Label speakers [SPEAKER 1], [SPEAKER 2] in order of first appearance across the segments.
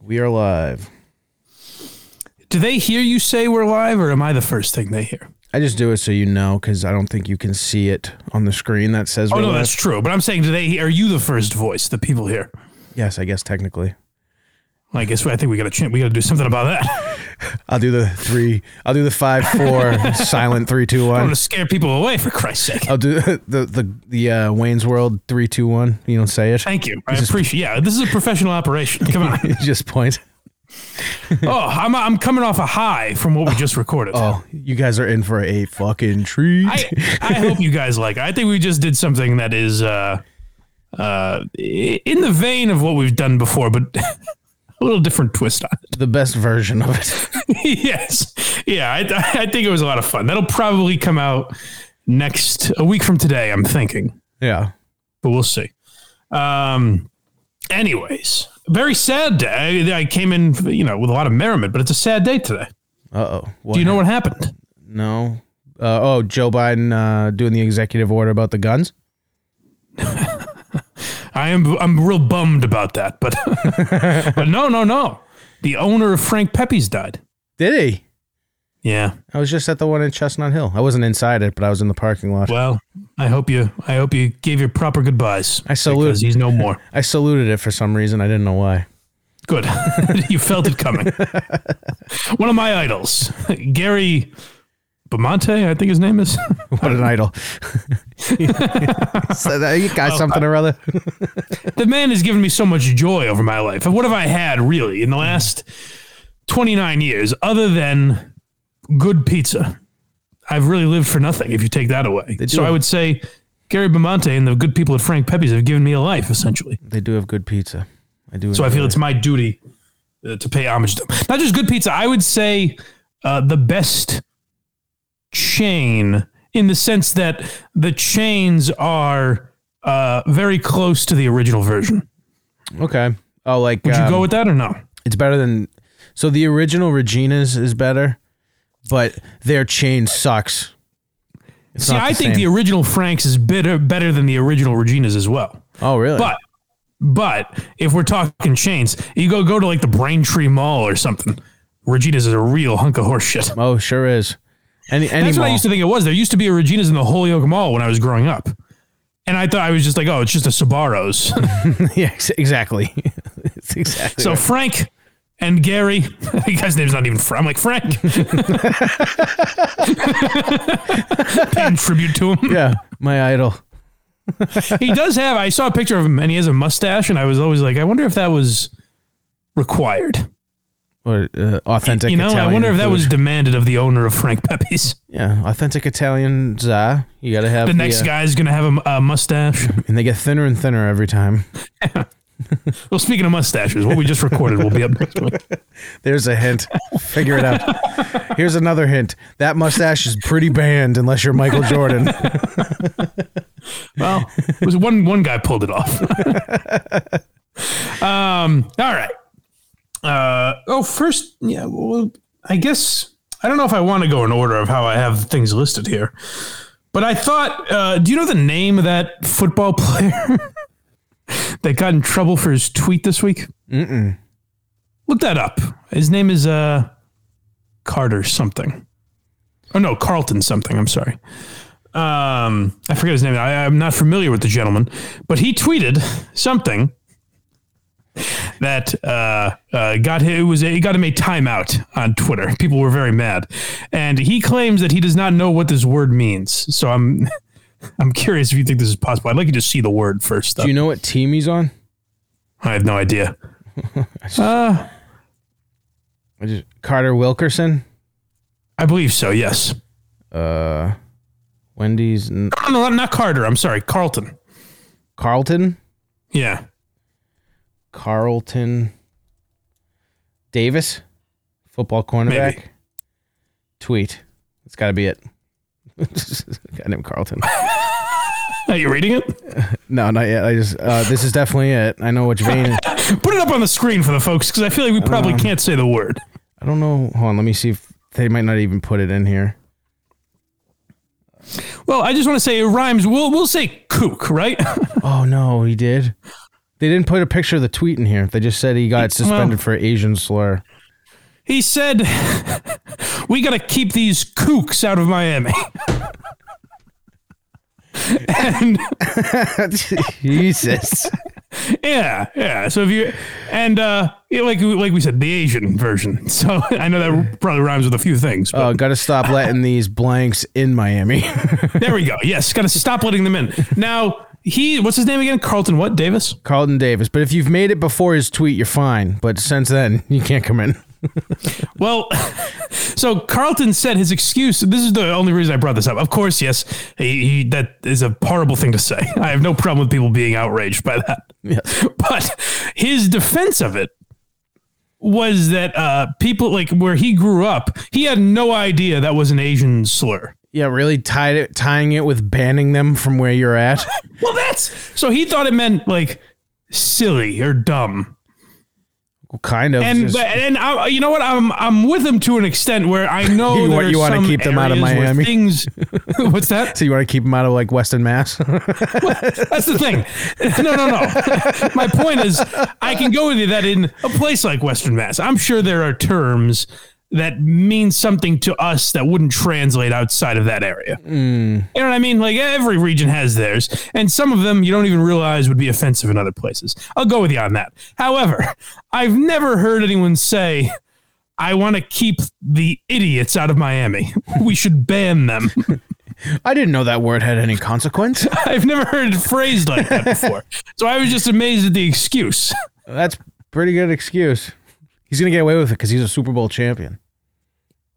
[SPEAKER 1] We are live.
[SPEAKER 2] Do they hear you say we're live, or am I the first thing they hear?
[SPEAKER 1] I just do it so you know because I don't think you can see it on the screen that says.
[SPEAKER 2] Oh
[SPEAKER 1] we're
[SPEAKER 2] no,
[SPEAKER 1] live.
[SPEAKER 2] that's true. But I'm saying, do they? Are you the first voice that people hear?
[SPEAKER 1] yes, I guess technically.
[SPEAKER 2] I guess I think we got to change. We got to do something about that.
[SPEAKER 1] I'll do the three. I'll do the five, four, silent, three, two,
[SPEAKER 2] I want
[SPEAKER 1] one.
[SPEAKER 2] to scare people away for Christ's sake.
[SPEAKER 1] I'll do the the the uh, Wayne's World three, two, one. You don't say it.
[SPEAKER 2] Thank you. I appreciate. Yeah, this is a professional operation. Come on.
[SPEAKER 1] You just point.
[SPEAKER 2] Oh, I'm I'm coming off a high from what we just recorded.
[SPEAKER 1] Oh, you guys are in for a fucking treat.
[SPEAKER 2] I I hope you guys like. It. I think we just did something that is uh uh in the vein of what we've done before, but a little different twist on it.
[SPEAKER 1] the best version of it.
[SPEAKER 2] yes. Yeah, I, I think it was a lot of fun. That'll probably come out next a week from today, I'm thinking,
[SPEAKER 1] yeah.
[SPEAKER 2] but we'll see. Um, anyways, very sad day. I, I came in, you know, with a lot of merriment, but it's a sad day today.
[SPEAKER 1] Uh oh.
[SPEAKER 2] Do you know what happened?
[SPEAKER 1] No. Uh, oh, Joe Biden uh, doing the executive order about the guns.
[SPEAKER 2] I am I'm real bummed about that, but but no, no, no. The owner of Frank Pepe's died.
[SPEAKER 1] Did he?
[SPEAKER 2] Yeah.
[SPEAKER 1] I was just at the one in Chestnut Hill. I wasn't inside it, but I was in the parking lot.
[SPEAKER 2] Well, I hope you I hope you gave your proper goodbyes.
[SPEAKER 1] I salute-
[SPEAKER 2] because he's no more.
[SPEAKER 1] I saluted it for some reason. I didn't know why.
[SPEAKER 2] Good. you felt it coming. One of my idols, Gary Bamonte, I think his name is.
[SPEAKER 1] What an idol. so that, you got something or other.
[SPEAKER 2] the man has given me so much joy over my life. What have I had really in the last 29 years other than good pizza? I've really lived for nothing if you take that away.
[SPEAKER 1] do.
[SPEAKER 2] So I would say Gary Bamonte and the good people at Frank Pepe's have given me a life essentially.
[SPEAKER 1] they do have good pizza. I do.
[SPEAKER 2] So I
[SPEAKER 1] enjoy
[SPEAKER 2] feel it's
[SPEAKER 1] it.
[SPEAKER 2] my duty uh, to pay homage to them. Not just good pizza. I would say uh, the best chain in the sense that the chains are uh, very close to the original version.
[SPEAKER 1] okay. Oh, like
[SPEAKER 2] Would you
[SPEAKER 1] um,
[SPEAKER 2] go with that or no?
[SPEAKER 1] it's better than. So the original Regina's is better, but their chain sucks. It's
[SPEAKER 2] See,
[SPEAKER 1] not
[SPEAKER 2] I think
[SPEAKER 1] same.
[SPEAKER 2] the original Frank's is better better than the original Regina's as well.
[SPEAKER 1] oh really?
[SPEAKER 2] But but if we're talking chains, you go go to like the Braintree Mall or something. Regina's is a real hunk of horse shit.
[SPEAKER 1] oh, sure is. Any any
[SPEAKER 2] That's what I
[SPEAKER 1] mall.
[SPEAKER 2] used to think it was. There used to be a Regina's in the Holyoke Mall when I was growing up. And I thought I was just like, oh, it's just a Sabaros.
[SPEAKER 1] yeah, ex- exactly. it's exactly.
[SPEAKER 2] so
[SPEAKER 1] right.
[SPEAKER 2] Frank and Gary, the guy's name's not even Frank. I'm like, Frank. Paying tribute to him.
[SPEAKER 1] yeah, my idol.
[SPEAKER 2] He does have, I saw a picture of him and he has a mustache. And I was always like, I wonder if that was required.
[SPEAKER 1] Or uh, authentic.
[SPEAKER 2] You know,
[SPEAKER 1] Italian
[SPEAKER 2] I wonder if that
[SPEAKER 1] food.
[SPEAKER 2] was demanded of the owner of Frank Pepe's.
[SPEAKER 1] Yeah, authentic Italian za. You gotta have
[SPEAKER 2] The next
[SPEAKER 1] uh,
[SPEAKER 2] guy's going to have a, a mustache.
[SPEAKER 1] and they get thinner and thinner every time.
[SPEAKER 2] well, speaking of mustaches, what we just recorded will be up next week.
[SPEAKER 1] There's a hint. Figure it out. Here's another hint. That mustache is pretty banned unless you're Michael Jordan.
[SPEAKER 2] Well, it was one one guy pulled it off. um. All right. Uh. Oh, first, yeah. Well, I guess I don't know if I want to go in order of how I have things listed here, but I thought. Uh, do you know the name of that football player that got in trouble for his tweet this week? Mm-mm. Look that up. His name is uh Carter something. Oh no, Carlton something. I'm sorry um, I forget his name. I, I'm not familiar with the gentleman, but he tweeted something that uh, uh, got him, it was it got him a timeout on Twitter. People were very mad, and he claims that he does not know what this word means. So I'm I'm curious if you think this is possible. I'd like you to see the word first. Though.
[SPEAKER 1] Do you know what team he's on?
[SPEAKER 2] I have no idea. Uh,
[SPEAKER 1] I just- Carter Wilkerson,
[SPEAKER 2] I believe so. Yes.
[SPEAKER 1] Uh, Wendy's, n-
[SPEAKER 2] Oh, no, not Carter. I'm sorry, Carlton.
[SPEAKER 1] Carlton,
[SPEAKER 2] Yeah.
[SPEAKER 1] Carlton Davis, football cornerback.
[SPEAKER 2] Maybe.
[SPEAKER 1] Tweet. It's got to be it. Guy named Carlton.
[SPEAKER 2] Are you reading it?
[SPEAKER 1] No, not yet. I just uh, this is definitely it. I know which vein.
[SPEAKER 2] Put it up on the screen for the folks because I feel like we probably can't say the word.
[SPEAKER 1] I don't know. Hold on. Let me see if they might not even put it in here.
[SPEAKER 2] Well, I just want to say it rhymes. We'll we'll say kook, right?
[SPEAKER 1] Oh no, he did. They didn't put a picture of the tweet in here. They just said he got suspended
[SPEAKER 2] well-
[SPEAKER 1] for Asian slur.
[SPEAKER 2] He said, "We got to keep these kooks out of Miami." and
[SPEAKER 1] Jesus.
[SPEAKER 2] yeah, yeah. So if you and uh, yeah, like like we said, the Asian version. So I know that probably rhymes with a few things. But
[SPEAKER 1] Oh, gotta stop letting these blanks in Miami.
[SPEAKER 2] there we go. Yes, got to stop letting them in. Now he, what's his name again? Carlton what? Davis.
[SPEAKER 1] Carlton Davis. But if you've made it before his tweet, you're fine. But since then, you can't come in.
[SPEAKER 2] Well, so Carlton said his excuse. This is the only reason I brought this up. Of course, yes, he, he, that is a horrible thing to say. I have no problem with people being outraged by that. But his defense of it was that uh, people like where he grew up, he had no idea that was an Asian slur.
[SPEAKER 1] Yeah, really tied it, tying it with banning them from where you're at.
[SPEAKER 2] Well, that's so he thought it meant like silly or dumb.
[SPEAKER 1] Well, kind of.
[SPEAKER 2] And
[SPEAKER 1] just-
[SPEAKER 2] but, and I, you know what? I'm I'm with him to an extent where I know
[SPEAKER 1] You wa-
[SPEAKER 2] there are
[SPEAKER 1] you wanna
[SPEAKER 2] some
[SPEAKER 1] keep them out of
[SPEAKER 2] areas where
[SPEAKER 1] Miami?
[SPEAKER 2] Things. what's that?
[SPEAKER 1] so you want to keep him out of like Western Mass?
[SPEAKER 2] That's the thing. No, no, no. My point is, I can go with you that in a place like Western Mass, I'm sure there are terms that mean something to us that wouldn't translate outside of that area. You know what I mean? Like every region has theirs, and some of them you don't even realize would be offensive in other places. I'll go with you on that. However, I've never heard anyone say, I want to keep the idiots out of Miami. We should ban them.
[SPEAKER 1] I didn't know that word had any consequence.
[SPEAKER 2] I've never heard it phrased like that before. So I was just amazed at the excuse.
[SPEAKER 1] That's pretty good excuse. He's gonna get away with it because he's a Super Bowl champion.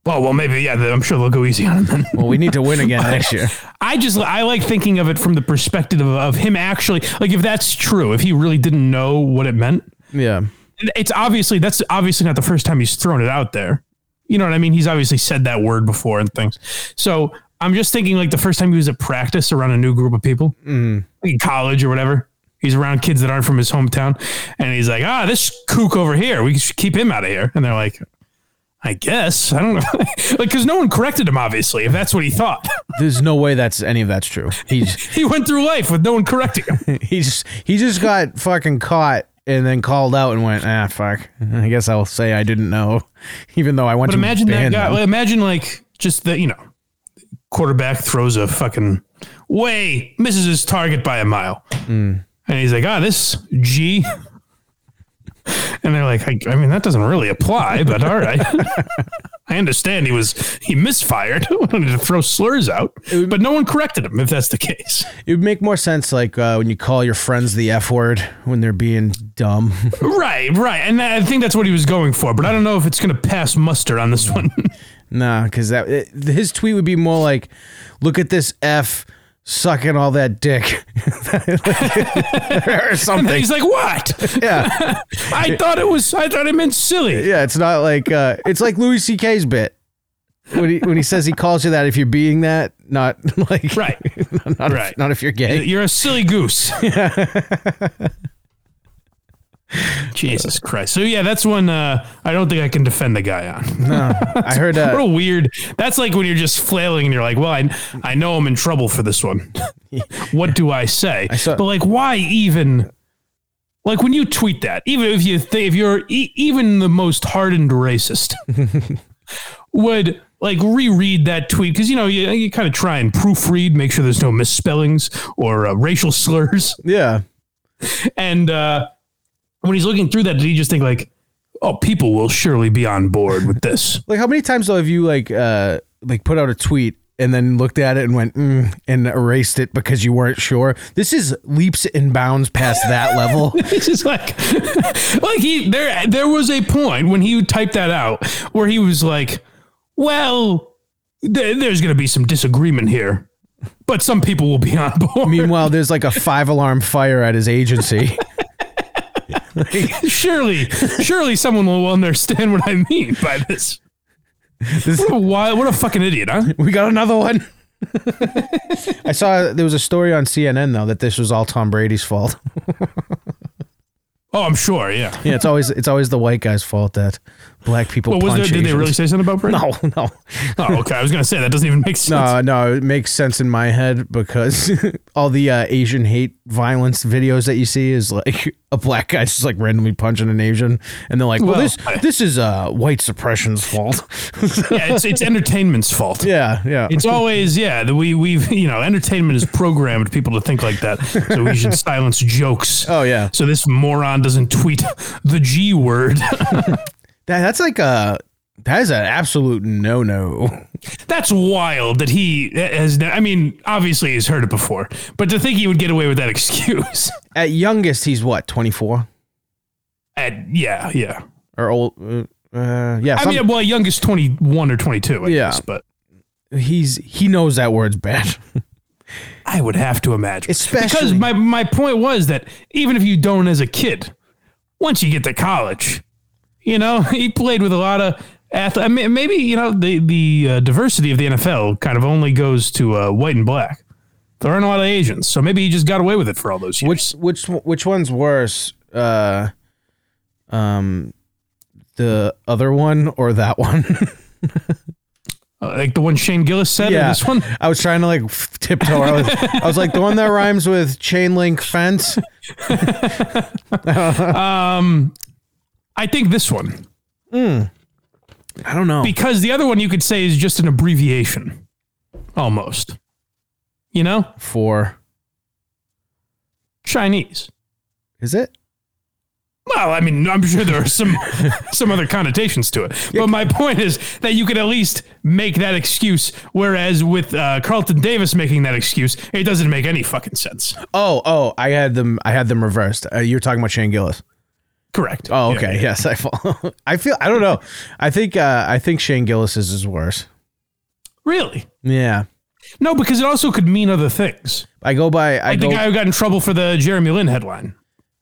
[SPEAKER 2] Well, well, maybe yeah. I'm sure they'll go easy on him. Then.
[SPEAKER 1] Well, we need to win again next year.
[SPEAKER 2] I just I like thinking of it from the perspective of, of him actually. Like if that's true, if he really didn't know what it meant,
[SPEAKER 1] Yeah.
[SPEAKER 2] it's obviously that's obviously not the first time he's thrown it out there. You know what I mean? He's obviously said that word before and things. So I'm just thinking like the first time he was at practice around a new group of people, like in college or whatever. He's around kids that aren't from his hometown, and he's like, "Ah, this kook over here. We should keep him out of here." And they're like, "I guess I don't know, like because no one corrected him. Obviously, if that's what he thought,
[SPEAKER 1] There's no way that's any of that's true. He's
[SPEAKER 2] he went through life with no one correcting him.
[SPEAKER 1] he just he just got fucking caught and then called out and went ah fuck. I guess I'll say I didn't know, even though I want
[SPEAKER 2] But
[SPEAKER 1] to
[SPEAKER 2] imagine that
[SPEAKER 1] ban
[SPEAKER 2] guy.
[SPEAKER 1] them.
[SPEAKER 2] Well, imagine like just the you know, quarterback throws a fucking way misses his target by a mile, and he's like, "Ah, this G." And they're like, I, I mean, that doesn't really apply, but all right. I understand he was he misfired, wanted to throw slurs out, but no one corrected him. If that's the case,
[SPEAKER 1] It would make more sense like uh, when you call your friends the f word when they're being dumb.
[SPEAKER 2] right, right, and I think that's what he was going for. But I don't know if it's going to pass muster on this one.
[SPEAKER 1] Nah, because that it, his tweet would be more like, "Look at this f sucking all that dick," or something.
[SPEAKER 2] he's like, "What?
[SPEAKER 1] Yeah,
[SPEAKER 2] I thought it was. I thought it meant silly.
[SPEAKER 1] yeah. It's not like uh, it's like Louis C.K.'s bit when he when he says he calls you that if you're being that, not like
[SPEAKER 2] Right.
[SPEAKER 1] not, not
[SPEAKER 2] Right.
[SPEAKER 1] if, not if you're gay.
[SPEAKER 2] You're a silly goose. Jesus Christ. So yeah, that's one uh, I don't think I can defend the guy on.
[SPEAKER 1] I heard
[SPEAKER 2] What a
[SPEAKER 1] uh,
[SPEAKER 2] weird. That's like when you're just flailing and you're like, well, I, I know I'm in trouble for this one. what do I say?
[SPEAKER 1] saw-
[SPEAKER 2] but like, why even? Like when you tweet that, even if you th- if you're e- even the most hardened racist, would like reread that tweet because you know you, you kind of try and proofread, make sure there's no misspellings or uh, racial slurs.
[SPEAKER 1] yeah.
[SPEAKER 2] And uh, when he's looking through that, did he just think like, "Oh, people will surely be on board with this"?
[SPEAKER 1] Like how many times though have you like uh like put out a tweet and then looked at it and went mm, and erased it because you weren't sure? This is leaps and bounds past that level.
[SPEAKER 2] It's just like, like he there. There was a point when he typed that out where he was like, "Well, there, there's going to be some disagreement here, but some people will be on board."
[SPEAKER 1] Meanwhile, there's like a five alarm fire at his agency.
[SPEAKER 2] surely, surely someone will understand what I mean by this.
[SPEAKER 1] This-
[SPEAKER 2] What a wild, what a fucking idiot, huh?
[SPEAKER 1] we got another one. I saw there was a story on CNN though that this was all Tom Brady's fault.
[SPEAKER 2] Oh, I'm sure. Yeah.
[SPEAKER 1] Yeah, it's always it's always the white guy's fault that black people.
[SPEAKER 2] But was there?
[SPEAKER 1] punch
[SPEAKER 2] Did they
[SPEAKER 1] Asians.
[SPEAKER 2] really say something about Brit?
[SPEAKER 1] No, no,
[SPEAKER 2] Oh, okay. I was gonna say that doesn't even make sense.
[SPEAKER 1] no, no. It makes sense in my head because all the uh, Asian hate violence videos that you see is like a black guy's just like randomly punching an Asian, and they're like, "Well,
[SPEAKER 2] Well,
[SPEAKER 1] this this is uh, white suppression's fault."
[SPEAKER 2] Yeah, it's it's entertainment's fault.
[SPEAKER 1] yeah, yeah.
[SPEAKER 2] It's always yeah. The, we we've you know entertainment has programmed people to think like that, so we should silence jokes.
[SPEAKER 1] oh yeah.
[SPEAKER 2] So this moron doesn't tweet the G word.
[SPEAKER 1] That, that's like a that is an absolute no no.
[SPEAKER 2] That's wild that he has. I mean, obviously he's heard it before, but to think he would get away with that excuse.
[SPEAKER 1] At youngest, he's what twenty four
[SPEAKER 2] And yeah, yeah.
[SPEAKER 1] or old. Uh, uh, yeah,
[SPEAKER 2] I
[SPEAKER 1] some-
[SPEAKER 2] mean, well, youngest twenty one or twenty two. I
[SPEAKER 1] Yeah.
[SPEAKER 2] guess, but
[SPEAKER 1] he's he knows that word's bad.
[SPEAKER 2] I would have to imagine, because
[SPEAKER 1] Especially-
[SPEAKER 2] my my point was that even if you don't as a kid, once you get to college, you know, he played with a lot of. ath- I mean, maybe you know the the uh, diversity of the NFL kind of only goes to uh, white and black. There aren't a lot of Asians, so maybe he just got away with it for all those years.
[SPEAKER 1] Which which which one's worse? Uh, um, the other one or that one?
[SPEAKER 2] Uh, like the one Shane Gillis said, or this one.
[SPEAKER 1] I was trying to like tiptoe. I was, I was like the one that rhymes with chain link fence.
[SPEAKER 2] I think this one
[SPEAKER 1] I don't know.
[SPEAKER 2] because the other one you could say is just an abbreviation, almost. You know,
[SPEAKER 1] Four
[SPEAKER 2] Chinese.
[SPEAKER 1] is it?
[SPEAKER 2] Well, I mean, I'm sure there are some some other connotations to it, but my point is that you could at least make that excuse. Whereas with uh, Carlton Davis making that excuse, it doesn't make any fucking sense.
[SPEAKER 1] Oh oh, I had them. I had them reversed. Uh, you were talking about Shane Gillis.
[SPEAKER 2] Correct.
[SPEAKER 1] Oh
[SPEAKER 2] Yeah,
[SPEAKER 1] okay.
[SPEAKER 2] yeah.
[SPEAKER 1] Yes, I fall. I feel. I don't know. I think. Uh, I think Shane Gillis is worse.
[SPEAKER 2] Really?
[SPEAKER 1] Yeah.
[SPEAKER 2] No, because it also could mean other things.
[SPEAKER 1] I go by. I
[SPEAKER 2] Like
[SPEAKER 1] go.
[SPEAKER 2] the guy who got in trouble for the Jeremy Lin headline,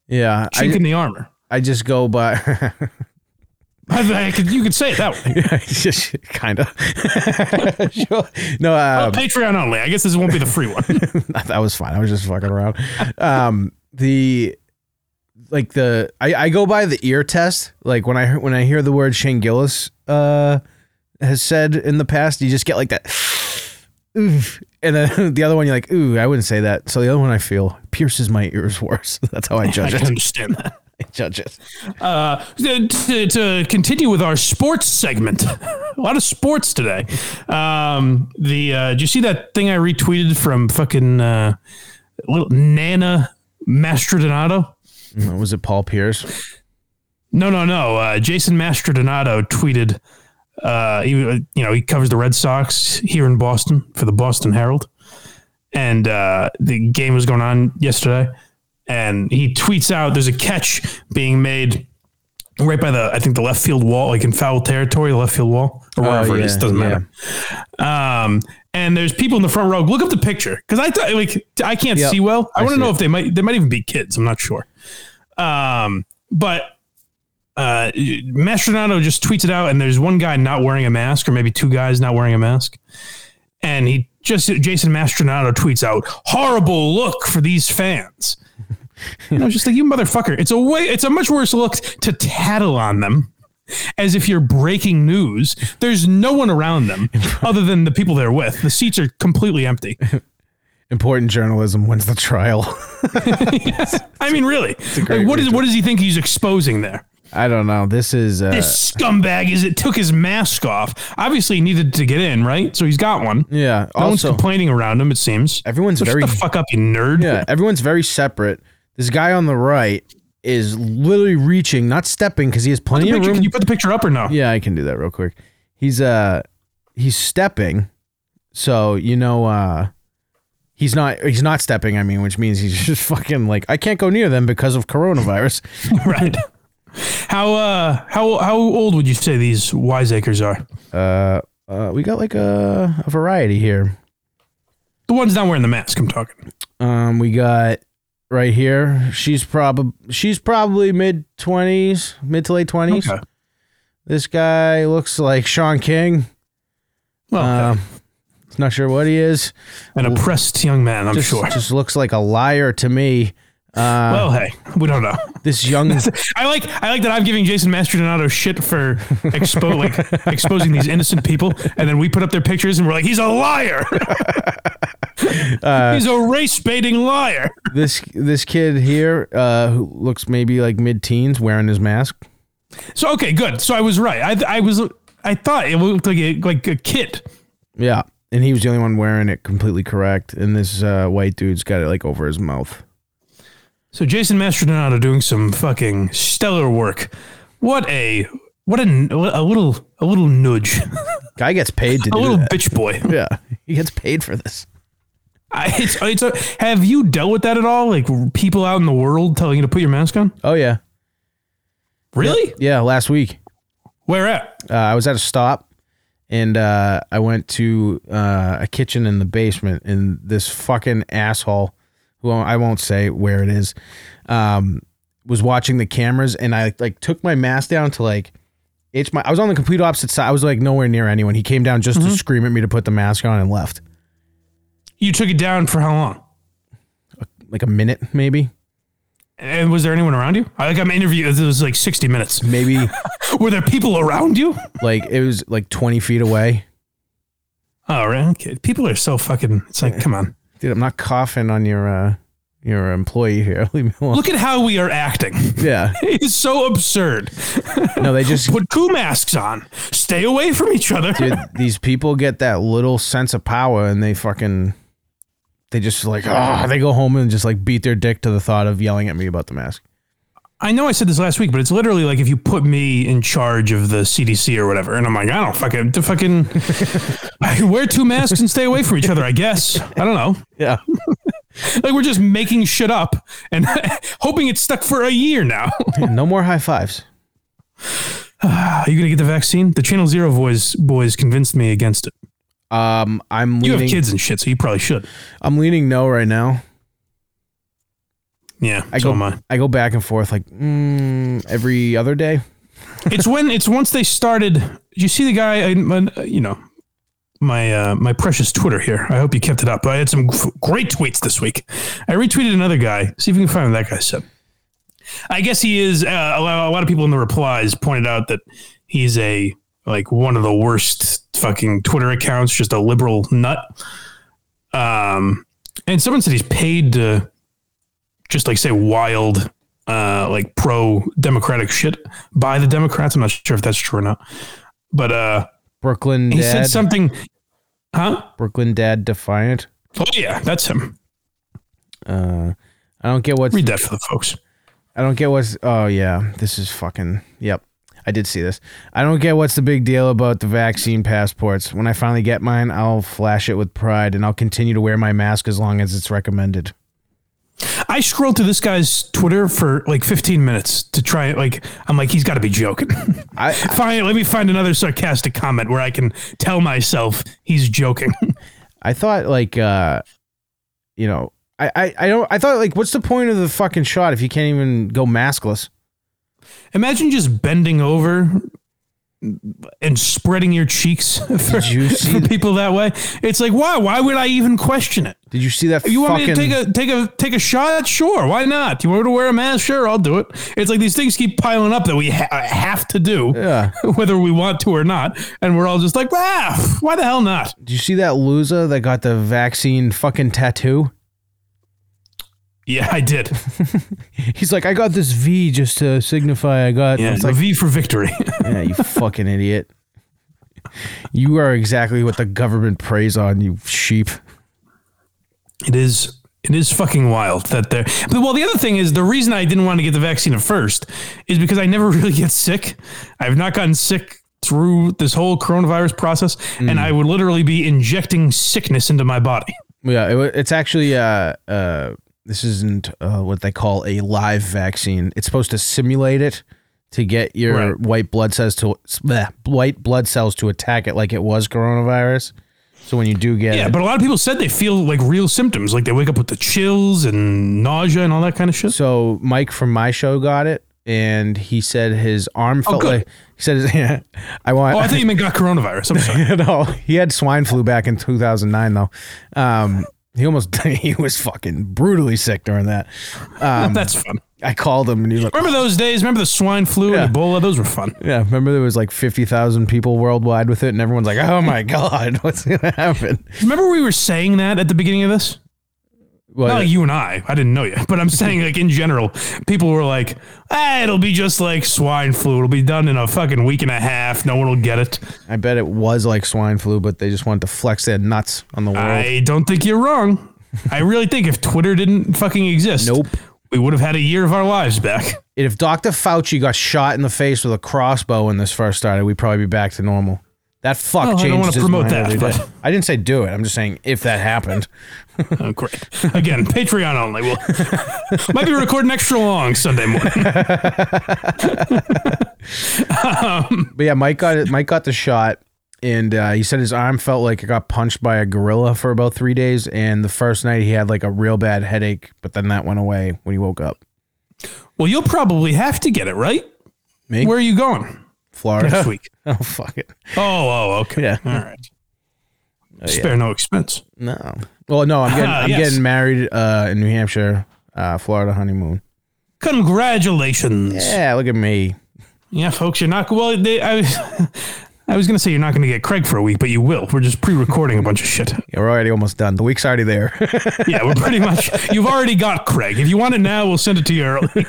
[SPEAKER 1] yeah.
[SPEAKER 2] chink
[SPEAKER 1] I,
[SPEAKER 2] in the armor.
[SPEAKER 1] I just go by.
[SPEAKER 2] I could, you could say it that way.
[SPEAKER 1] kind of. sure. No, uh,
[SPEAKER 2] Patreon only. I guess this won't be the free one.
[SPEAKER 1] that was fine. I was just fucking around. Um, the like the I, I go by the ear test. Like when I hear- when I hear the word Shane Gillis uh, has said in the past, you just get like that. Oof. And then the other one, you're like, ooh, I wouldn't say that. So the other one, I feel pierces my ears worse. That's how I
[SPEAKER 2] I
[SPEAKER 1] judge
[SPEAKER 2] can
[SPEAKER 1] it.
[SPEAKER 2] understand that.
[SPEAKER 1] I judge it.
[SPEAKER 2] Uh, to, to- to continue with our sports segment, a lot of sports today. Um, the uh, did you see that thing I retweeted from fucking uh, little Nana Mastrodonato?
[SPEAKER 1] Was it Paul Pierce?
[SPEAKER 2] No, no, no. Uh, Jason Mastrodonato tweeted. Uh, he, you know, he covers the Red Sox here in Boston for the Boston Herald, and uh, the game was going on yesterday. And he tweets out, "There's a catch being made right by the, I think the left field wall, like in foul territory, the left field wall or wherever it is.
[SPEAKER 1] Oh, yeah,
[SPEAKER 2] Doesn't matter." Um, and there's people in the front row. Look up the picture because I thought, like, I can't
[SPEAKER 1] Yep,
[SPEAKER 2] see well. I,
[SPEAKER 1] I
[SPEAKER 2] want to
[SPEAKER 1] see
[SPEAKER 2] know
[SPEAKER 1] it.
[SPEAKER 2] if they might, they might even be kids. I'm not sure. Um, but uh, Mastronato just tweets it out, and there's one guy not wearing a mask, or maybe two guys not wearing a mask, and he just Jason Mastronato tweets out, "Horrible look for these fans." and I was just like, "You motherfucker! It's a way, it's a much worse look to tattle on them." As if you're breaking news. There's no one around them other than the people they're with. The seats are completely empty.
[SPEAKER 1] Important journalism wins the trial.
[SPEAKER 2] I mean, really.
[SPEAKER 1] great
[SPEAKER 2] Like, what is what does he think he's exposing there?
[SPEAKER 1] I don't know. This is uh,
[SPEAKER 2] this scumbag is it took his mask off. Obviously, he needed to get in, right? So he's got one.
[SPEAKER 1] yeah.
[SPEAKER 2] No one's
[SPEAKER 1] also,
[SPEAKER 2] complaining around him. It seems
[SPEAKER 1] everyone's
[SPEAKER 2] so
[SPEAKER 1] very
[SPEAKER 2] shut the fuck up, you nerd.
[SPEAKER 1] Yeah, everyone's very separate. This guy on the right is literally reaching, not stepping, because he has plenty of
[SPEAKER 2] Picture-
[SPEAKER 1] room.
[SPEAKER 2] can you put the picture up or no?
[SPEAKER 1] yeah, I can do that real quick. He's uh he's stepping, so you know uh he's not he's not stepping. I mean, which means he's just fucking like I can't go near them because of coronavirus.
[SPEAKER 2] right. How uh how how old would you say these wiseacres are?
[SPEAKER 1] uh, uh, we got like a, a variety here.
[SPEAKER 2] The ones not wearing the mask. I'm talking.
[SPEAKER 1] Um, we got right here. She's probably she's probably mid twenties, mid to late twenties.
[SPEAKER 2] Okay.
[SPEAKER 1] This guy looks like Sean King.
[SPEAKER 2] Well,
[SPEAKER 1] Um, not sure what he is.
[SPEAKER 2] an oppressed young man. I'm
[SPEAKER 1] Just,
[SPEAKER 2] sure.
[SPEAKER 1] just looks like a liar to me.
[SPEAKER 2] well, hey, we don't know.
[SPEAKER 1] This young
[SPEAKER 2] I like I like that I'm giving Jason Mastrodonato shit for expo- like exposing these innocent people, and then we put up their pictures and we're like, he's a liar. he's a race baiting liar.
[SPEAKER 1] this this kid here uh, who looks maybe like mid teens wearing his mask.
[SPEAKER 2] So okay, good. So I was right. I I was I thought it looked like a, like a kid.
[SPEAKER 1] Yeah, and he was the only one wearing it completely correct. And this uh, white dude's got it like over his mouth.
[SPEAKER 2] So Jason Mastrodonato doing some fucking stellar work. What a what a, n- a little a little nudge,
[SPEAKER 1] Guy gets paid to
[SPEAKER 2] a
[SPEAKER 1] do
[SPEAKER 2] little
[SPEAKER 1] that.
[SPEAKER 2] bitch boy.
[SPEAKER 1] Yeah, he gets paid for this.
[SPEAKER 2] I, it's, it's a, have you dealt with that at all? Like people out in the world telling you to put your mask on?
[SPEAKER 1] Oh yeah,
[SPEAKER 2] Really?
[SPEAKER 1] yeah. Last week
[SPEAKER 2] Where at?
[SPEAKER 1] uh, I was at a stop, and uh, I went to uh, a kitchen in the basement, and this fucking asshole, who I won't say where it is, um, was watching the cameras, and I like took my mask down to like. It's my. I was on the complete opposite side. I was like nowhere near anyone. He came down just to scream at me to put the mask on and left.
[SPEAKER 2] You took it down for how long?
[SPEAKER 1] Like a minute, maybe,
[SPEAKER 2] And was there anyone around you? I like I'm interviewed. It was like 60 minutes.
[SPEAKER 1] maybe
[SPEAKER 2] Were there people around you?
[SPEAKER 1] like it was like twenty feet away.
[SPEAKER 2] Oh, right. Okay. People are so fucking. It's like, come on.
[SPEAKER 1] Dude, I'm not coughing on your uh your employee here. Leave me alone.
[SPEAKER 2] Look at how we are acting.
[SPEAKER 1] Yeah.
[SPEAKER 2] It's so absurd.
[SPEAKER 1] No, they just
[SPEAKER 2] Put two masks on. Stay away from each other.
[SPEAKER 1] dude, these people get that little sense of power and they fucking they just like ah they go home and just like beat their dick to the thought of yelling at me about the mask.
[SPEAKER 2] I know I said this last week, but it's literally like if you put me in charge of the CDC or whatever, and I'm like, I don't fucking, to fucking, I can wear two masks and stay away from each other. I guess I don't know.
[SPEAKER 1] Yeah.
[SPEAKER 2] Like we're just making shit up and hoping it's stuck for a year now.
[SPEAKER 1] no more high fives.
[SPEAKER 2] Are Uh, you gonna get the vaccine? The Channel Zero boys boys convinced me against it.
[SPEAKER 1] Um I'm
[SPEAKER 2] You have
[SPEAKER 1] leaning
[SPEAKER 2] kids and shit, so you probably should.
[SPEAKER 1] I'm leaning no right now.
[SPEAKER 2] Yeah,
[SPEAKER 1] I
[SPEAKER 2] so
[SPEAKER 1] go
[SPEAKER 2] am I.
[SPEAKER 1] I go back and forth like mm, every other day.
[SPEAKER 2] it's when it's once they started. You see the guy, I- my- you know, my uh, my precious Twitter here. I hope you kept it up. I had some g- great tweets this week. I retweeted another guy. See if you can find what that guy said. I guess he is. Uh, a lo- a lot of people in the replies pointed out that he's a like one of the worst fucking Twitter accounts, just a liberal nut. Um, and someone said he's paid to just like say wild, uh, like pro democratic shit by the Democrats. I'm not sure if that's true or not, but uh,
[SPEAKER 1] Brooklyn
[SPEAKER 2] he said
[SPEAKER 1] dad
[SPEAKER 2] something, huh?
[SPEAKER 1] Brooklyn dad defiant.
[SPEAKER 2] Oh yeah, that's him.
[SPEAKER 1] Uh I don't get what's
[SPEAKER 2] Read that for the folks.
[SPEAKER 1] I don't get what's. Oh yeah, this is fucking. Yep, I did see this. I don't get what's the big deal about the vaccine passports. When I finally get mine, I'll flash it with pride, and I'll continue to wear my mask as long as it's recommended.
[SPEAKER 2] I scrolled through this guy's Twitter for like 15 minutes to try it. Like, I'm like, he's got to be joking.
[SPEAKER 1] I
[SPEAKER 2] Fine, let me find another sarcastic comment where I can tell myself he's joking.
[SPEAKER 1] I thought like, uh, you know, I, I I don't. I thought like, what's the point of the fucking shot if you can't even go maskless?
[SPEAKER 2] Imagine just bending over and spreading your cheeks for,
[SPEAKER 1] you see-
[SPEAKER 2] for people that way. It's like, why? Why would I even question it?
[SPEAKER 1] Did you see that?
[SPEAKER 2] You want
[SPEAKER 1] fucking,
[SPEAKER 2] me to take a take a take a shot? Sure, why not? You want me to wear a mask? Sure, I'll do it. It's like these things keep piling up that we ha- uh, have to do,
[SPEAKER 1] Yeah.
[SPEAKER 2] whether we want to or not, and we're all just like, ah, why the hell not?
[SPEAKER 1] Did you see that loser that got the vaccine fucking tattoo?
[SPEAKER 2] Yeah, I did.
[SPEAKER 1] He's like, I got this V just to signify I got.
[SPEAKER 2] Yeah,
[SPEAKER 1] It's like,
[SPEAKER 2] V for victory.
[SPEAKER 1] Yeah, you fucking idiot. You are exactly what the government preys on, you sheep.
[SPEAKER 2] it is it is fucking wild that there. But well, the other thing is the reason I didn't want to get the vaccine at first is because I never really get sick. I've not gotten sick through this whole coronavirus process,
[SPEAKER 1] Mm.
[SPEAKER 2] and I would literally be injecting sickness into my body.
[SPEAKER 1] Yeah, it, wa- it's actually uh uh this isn't uh, what they call a live vaccine. It's supposed to simulate it to get your
[SPEAKER 2] Right.
[SPEAKER 1] white blood cells to bleh, white blood cells to attack it like it was coronavirus. So when you do get
[SPEAKER 2] Yeah,
[SPEAKER 1] it,
[SPEAKER 2] but a lot of people said they feel like real symptoms, like they wake up with the chills and nausea and all that kind of shit.
[SPEAKER 1] So Mike from my show got it, and he said his arm felt
[SPEAKER 2] Oh, good.
[SPEAKER 1] like he said, his, yeah, I want.
[SPEAKER 2] Oh, I thought you meant got coronavirus. I'm sorry.
[SPEAKER 1] no, he had swine flu back in 2009 though. Um, He almost he was fucking brutally sick during that. Um,
[SPEAKER 2] That's fun.
[SPEAKER 1] I called him and he was like,
[SPEAKER 2] Remember those days? Remember the swine flu
[SPEAKER 1] Yeah.
[SPEAKER 2] and Ebola? Those were fun.
[SPEAKER 1] Yeah, remember there was like fifty thousand people worldwide with it, and everyone's like, "Oh my god, what's gonna happen?"
[SPEAKER 2] Remember we were saying that at the beginning of this?
[SPEAKER 1] Well,
[SPEAKER 2] Not like you and I. I didn't know you, but I'm saying like in general, people were like, ah, "It'll be just like swine flu. It'll be done in a fucking week and a half. No one will get it."
[SPEAKER 1] I bet it was like swine flu, but they just wanted to flex their nuts on the world.
[SPEAKER 2] I don't think you're wrong. I really think if Twitter didn't fucking exist,
[SPEAKER 1] Nope.
[SPEAKER 2] we would have had a year of our lives back.
[SPEAKER 1] if Dr. Fauci got shot in the face with a crossbow when this first started, we'd probably be back to normal. That fuck
[SPEAKER 2] Well, Oh, I don't
[SPEAKER 1] changed
[SPEAKER 2] wanna
[SPEAKER 1] his
[SPEAKER 2] promote
[SPEAKER 1] mind
[SPEAKER 2] that,
[SPEAKER 1] every
[SPEAKER 2] but-
[SPEAKER 1] day. I didn't say do it. I'm just saying if that happened.
[SPEAKER 2] Oh, great. Again, Patreon only. We'll might be recording extra long Sunday morning.
[SPEAKER 1] But yeah, Mike got it. Mike got the shot, and uh, he said his arm felt like it got punched by a gorilla for about three days. And the first night he had like a real bad headache, but then that went away when he woke up.
[SPEAKER 2] Well, you'll probably have to get it, right?
[SPEAKER 1] Me?
[SPEAKER 2] Where are you going
[SPEAKER 1] Florida.
[SPEAKER 2] next week?
[SPEAKER 1] Oh fuck it.
[SPEAKER 2] Oh, oh, okay.
[SPEAKER 1] Yeah. Oh,
[SPEAKER 2] All right. Spare no expense.
[SPEAKER 1] No. Well, no. I'm getting.
[SPEAKER 2] Ah,
[SPEAKER 1] I'm
[SPEAKER 2] yes.
[SPEAKER 1] getting married uh, in New Hampshire, uh, Florida honeymoon.
[SPEAKER 2] Congratulations.
[SPEAKER 1] Yeah. Look at me.
[SPEAKER 2] Yeah, folks, you're not. Well, they, I, I was going to say you're not going to get Craig for a week, but you will. We're just pre-recording a bunch of shit.
[SPEAKER 1] Yeah, we're already almost done. The week's already there.
[SPEAKER 2] Yeah, we're pretty much. You've already got Craig. If you want it now, we'll send it to you early.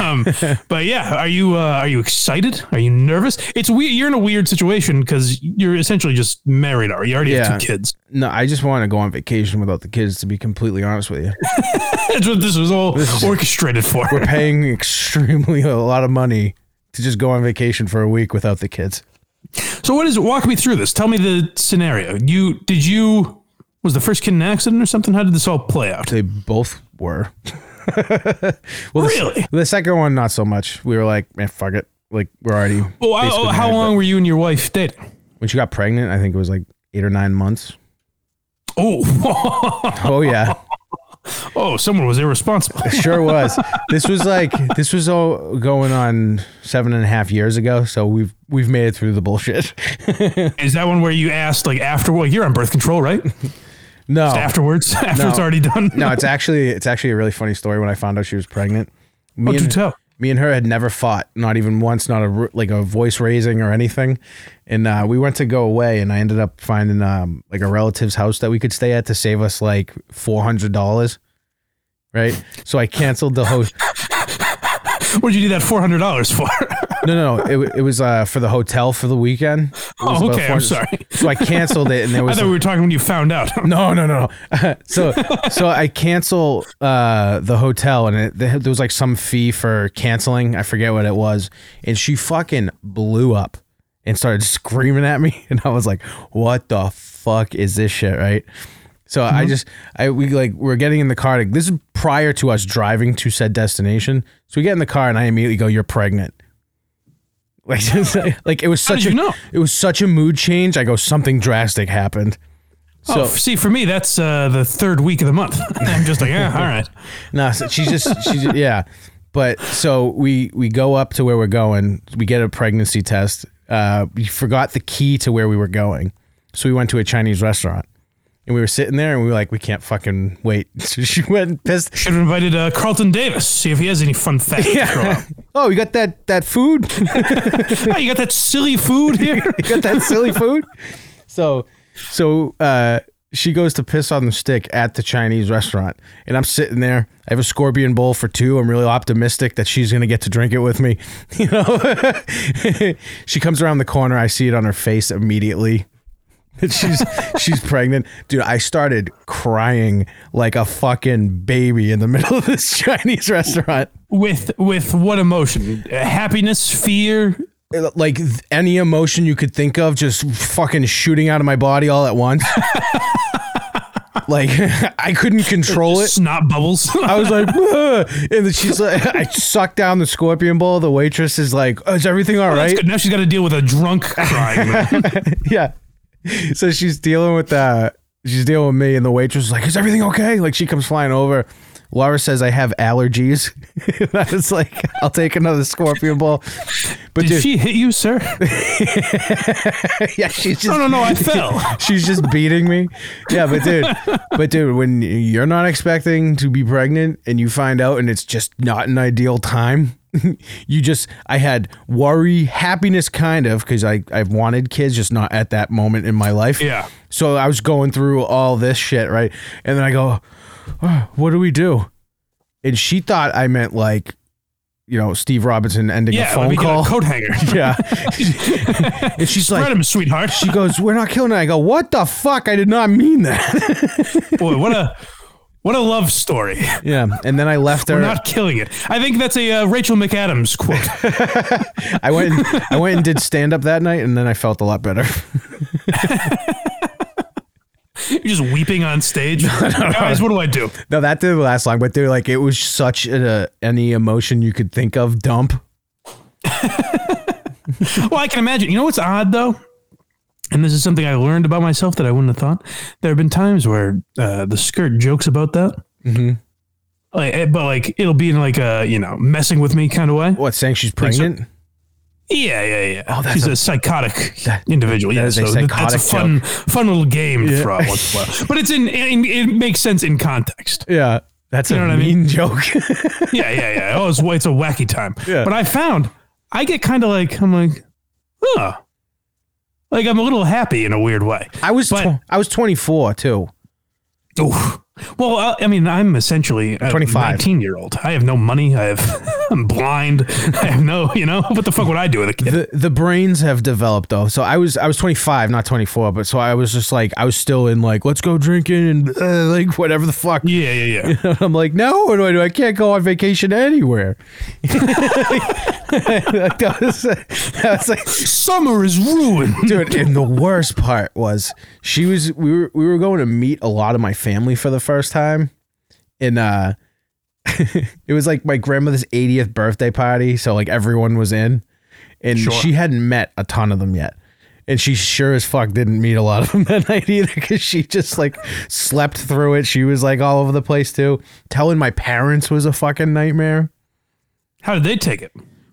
[SPEAKER 2] um, but yeah, are you uh, are you excited? Are you nervous? It's weird. You're in a weird situation because you're essentially just married. Are you already
[SPEAKER 1] Yeah.
[SPEAKER 2] have two kids?
[SPEAKER 1] no, I just want to go on vacation without the kids. To be completely honest with you,
[SPEAKER 2] That's what this was all orchestrated for.
[SPEAKER 1] we're paying extremely a lot of money to just go on vacation for a week without the kids.
[SPEAKER 2] So what is it? Walk me through this. Tell me the scenario. You did you was the first kid an accident or something? How did this all play out?
[SPEAKER 1] They both were. well, the-
[SPEAKER 2] Really?
[SPEAKER 1] The, second one, not so much. We were like, man, fuck it. Like we're already.
[SPEAKER 2] Well, I,
[SPEAKER 1] basically
[SPEAKER 2] oh, how
[SPEAKER 1] married,
[SPEAKER 2] long were you and your wife dating?
[SPEAKER 1] but When she got pregnant, I think it was like eight or nine months.
[SPEAKER 2] Oh,
[SPEAKER 1] Oh yeah.
[SPEAKER 2] oh, someone was irresponsible.
[SPEAKER 1] Sure was. This was like this was all going on seven and a half years ago, so we've we've made it through the bullshit.
[SPEAKER 2] Is that one where you asked like after? Well, you're on birth control, right?
[SPEAKER 1] no,
[SPEAKER 2] Afterwards, after it's already done.
[SPEAKER 1] Oh. no, it's actually it's actually a really funny story. When I found out she was pregnant, me
[SPEAKER 2] What'd you
[SPEAKER 1] and
[SPEAKER 2] tell?
[SPEAKER 1] me and her had never fought, not even once, not a ru- like a voice raising or anything. And uh, we went to go away, and I ended up finding um, like a relative's house that we could stay at to save us like four hundred dollars. Right, so I canceled the host.
[SPEAKER 2] What did you do that four hundred dollars for?
[SPEAKER 1] No, no, no, it, wa- it was uh, for the hotel for the weekend. It was
[SPEAKER 2] oh,
[SPEAKER 1] about
[SPEAKER 2] okay. I'm
[SPEAKER 1] 400
[SPEAKER 2] sorry.
[SPEAKER 1] So I canceled it, and there
[SPEAKER 2] I
[SPEAKER 1] was
[SPEAKER 2] thought we were talking when you found out. Oh,
[SPEAKER 1] No, no, no. no. so, so I cancel uh, the hotel, and it, they had- there was like some fee for canceling. I forget what it was, and she fucking blew up and started screaming at me, and I was like, "What the fuck is this shit?" Right. So I
[SPEAKER 2] Mm-hmm.
[SPEAKER 1] just I we like we're getting in the car. Like, this is prior to us driving to said destination. So we get in the car, and I immediately go, "You're pregnant." Like, like it was
[SPEAKER 2] How
[SPEAKER 1] such
[SPEAKER 2] did
[SPEAKER 1] a
[SPEAKER 2] you know?
[SPEAKER 1] it was such a mood change. I go, something drastic happened.
[SPEAKER 2] oh, see, for me, that's uh, the third week of the month. I'm just like, yeah, all right.
[SPEAKER 1] No, so she's just she's yeah. But so we we go up to where we're going. We get a pregnancy test. Uh, we forgot the key to where we were going, so we went to a Chinese restaurant, and we were sitting there, and we were like, we can't fucking wait. So she went and pissed.
[SPEAKER 2] Should have invited uh, Carlton Davis. See if he has any fun facts. to throw out.
[SPEAKER 1] oh, you got that that food?
[SPEAKER 2] Oh, you got that silly food here.
[SPEAKER 1] you got that silly food? So, so uh, she goes to piss on the stick at the Chinese restaurant, and I'm sitting there. I have a scorpion bowl for two. I'm really optimistic that she's gonna get to drink it with me. You know, she comes around the corner. I see it on her face immediately. that she's she's pregnant, dude. I started crying like a fucking baby in the middle of this Chinese restaurant.
[SPEAKER 2] with with what emotion? Uh, happiness, fear.
[SPEAKER 1] like th- any emotion you could think of just fucking shooting out of my body all at once. like I couldn't control it.
[SPEAKER 2] Snot bubbles.
[SPEAKER 1] I was like, "Ugh." and then she's like, I sucked down the scorpion bowl. The waitress is like, oh, is everything all
[SPEAKER 2] That's
[SPEAKER 1] right?
[SPEAKER 2] good. Now she's got to deal with a drunk crying.
[SPEAKER 1] Yeah. So she's dealing with uh She's dealing with me, and the waitress is like, is everything okay? Like she comes flying over. Laura says I have allergies. I was like, I'll take another scorpion ball. But
[SPEAKER 2] Did
[SPEAKER 1] dude,
[SPEAKER 2] she hit you, sir?
[SPEAKER 1] yeah, she's just
[SPEAKER 2] No, no, no. I fell.
[SPEAKER 1] She's just beating me. Yeah, but dude, but dude, when you're not expecting to be pregnant and you find out and it's just not an ideal time, you just I had worry, happiness kind of cuz I I've wanted kids just not at that moment in my life.
[SPEAKER 2] Yeah.
[SPEAKER 1] So I was going through all this shit, right? And then I go, "Oh, "What do we do?" And she thought I meant like you know, Steve Robinson ending a
[SPEAKER 2] Yeah. let
[SPEAKER 1] phone
[SPEAKER 2] me get
[SPEAKER 1] call.
[SPEAKER 2] A coat hanger.
[SPEAKER 1] yeah. and she's like
[SPEAKER 2] Spread him, sweetheart.
[SPEAKER 1] she goes, "We're not killing it." I go, "What the fuck? I did not mean that."
[SPEAKER 2] Boy, what a what a love story.
[SPEAKER 1] Yeah, and then I left her.
[SPEAKER 2] We're not killing it. I think that's a uh, Rachel McAdams quote.
[SPEAKER 1] I went. And, I went and did stand up that night, and then I felt a lot better.
[SPEAKER 2] You're just weeping on stage. Guys, what do I do?
[SPEAKER 1] no, that didn't last long, but dude, like it was such a, any emotion you could think of dump.
[SPEAKER 2] Well, I can imagine. You know what's odd though? And this is something I learned about myself that I wouldn't have thought. There have been times where uh, the skirt jokes about that. Mm-hmm. Like, eh, but like it'll be in like a you know messing with me kind of way.
[SPEAKER 1] What saying she's pregnant?
[SPEAKER 2] Yeah, yeah, yeah. Oh,
[SPEAKER 1] that's
[SPEAKER 2] She's a, psychotic individual. yeah,
[SPEAKER 1] is a
[SPEAKER 2] so th-
[SPEAKER 1] psychotic
[SPEAKER 2] that's a fun, fun little game to throw out once in a while. But it's in, in it makes sense in context.
[SPEAKER 1] Yeah, that's
[SPEAKER 2] know
[SPEAKER 1] a
[SPEAKER 2] what I
[SPEAKER 1] mean joke.
[SPEAKER 2] yeah, yeah, yeah. Oh, it's, it's a wacky time.
[SPEAKER 1] Yeah.
[SPEAKER 2] But I found I get kind of like I'm like, huh. Like I'm a little happy in a weird way.
[SPEAKER 1] I was
[SPEAKER 2] But-
[SPEAKER 1] tw- I was 24 too.
[SPEAKER 2] Oof. Well, uh, I, I mean, I'm essentially a
[SPEAKER 1] 25.
[SPEAKER 2] 19 year old. I have no money. I have, I'm blind. I have no, you know, what the fuck would I do with a kid?
[SPEAKER 1] The the brains have developed though. So I was I was 25, not 24, but so I was just like I was still in like let's go drinking and uh, like whatever the fuck.
[SPEAKER 2] Yeah, yeah, yeah.
[SPEAKER 1] I'm like, no, what do I do? I can't go on vacation anywhere. Like, that was- that was like-
[SPEAKER 2] Summer is ruined.
[SPEAKER 1] dude, and the worst part was she was we were we were going to meet a lot of my family for the first time, and uh, it was like my grandmother's 80th birthday party, so like everyone was in, and
[SPEAKER 2] Sure.
[SPEAKER 1] she hadn't met a ton of them yet. And she sure as fuck didn't meet a lot of them that night either because she just like slept through it. She was like all over the place too. Telling my parents was a fucking nightmare.
[SPEAKER 2] How did they take it?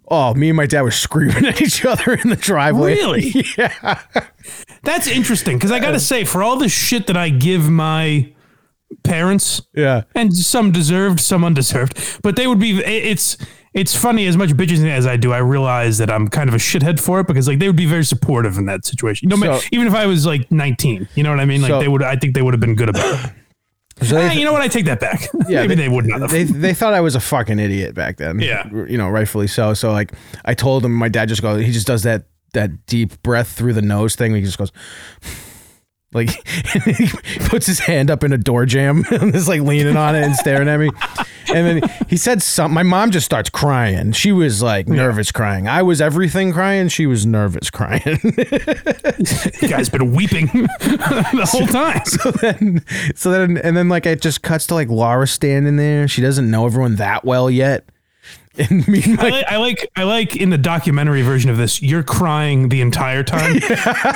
[SPEAKER 1] Oh, me and my dad were screaming at each other in the driveway.
[SPEAKER 2] Really?
[SPEAKER 1] Yeah.
[SPEAKER 2] That's interesting because I got to say, for all the shit that I give my parents,
[SPEAKER 1] Yeah.
[SPEAKER 2] and some deserved, some undeserved. But they would be. it- It's it's funny as much bitching as I do. I realize that I'm kind of a shithead for it because like they would be very supportive in that situation. You know, ma-
[SPEAKER 1] So-
[SPEAKER 2] even if I was like 19, you know what I mean? Like
[SPEAKER 1] So-
[SPEAKER 2] they would. I think they would have been good about it.
[SPEAKER 1] So
[SPEAKER 2] Eh,
[SPEAKER 1] they,
[SPEAKER 2] you know what? I take that back.
[SPEAKER 1] Yeah,
[SPEAKER 2] Maybe
[SPEAKER 1] they-
[SPEAKER 2] they, would not. Have.
[SPEAKER 1] they, they thought I was a fucking idiot back then.
[SPEAKER 2] Yeah.
[SPEAKER 1] You know, rightfully so. So like I told him my dad just goes he just does that that deep breath through the nose thing. He just goes like he puts his hand up in a door jam and is like leaning on it and staring at me. And then he said something. My mom just starts crying. She was like nervous crying. I was everything crying. She was nervous crying.
[SPEAKER 2] you guys been weeping the whole time.
[SPEAKER 1] so then so then and then like it just cuts to like Laura standing there. She doesn't know everyone that well yet. And me and my
[SPEAKER 2] I like, I like I like in the documentary version of this. You're crying the entire time,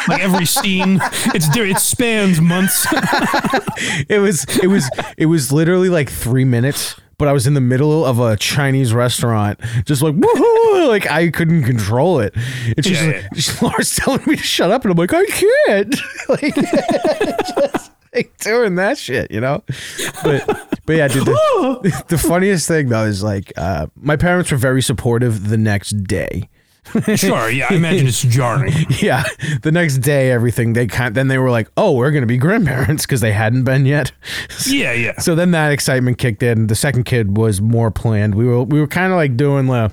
[SPEAKER 2] like every scene. It's di- it spans months.
[SPEAKER 1] it was it was it was literally like three minutes but i was in the middle of a chinese restaurant just like woohoo like i couldn't control it and she's
[SPEAKER 2] Yeah,
[SPEAKER 1] like she's- laura's telling me to shut up and i'm like i can't like just, like, doing that shit you know but but yeah dude the, the funniest thing though is like uh my parents were very supportive the next day
[SPEAKER 2] Sure, yeah, I imagine it's jarring.
[SPEAKER 1] yeah the next day everything they kind then they were like oh we're gonna be grandparents because they hadn't been yet
[SPEAKER 2] Yeah, yeah.
[SPEAKER 1] So then that excitement kicked in. The second kid was more planned. We were we were kind of like doing the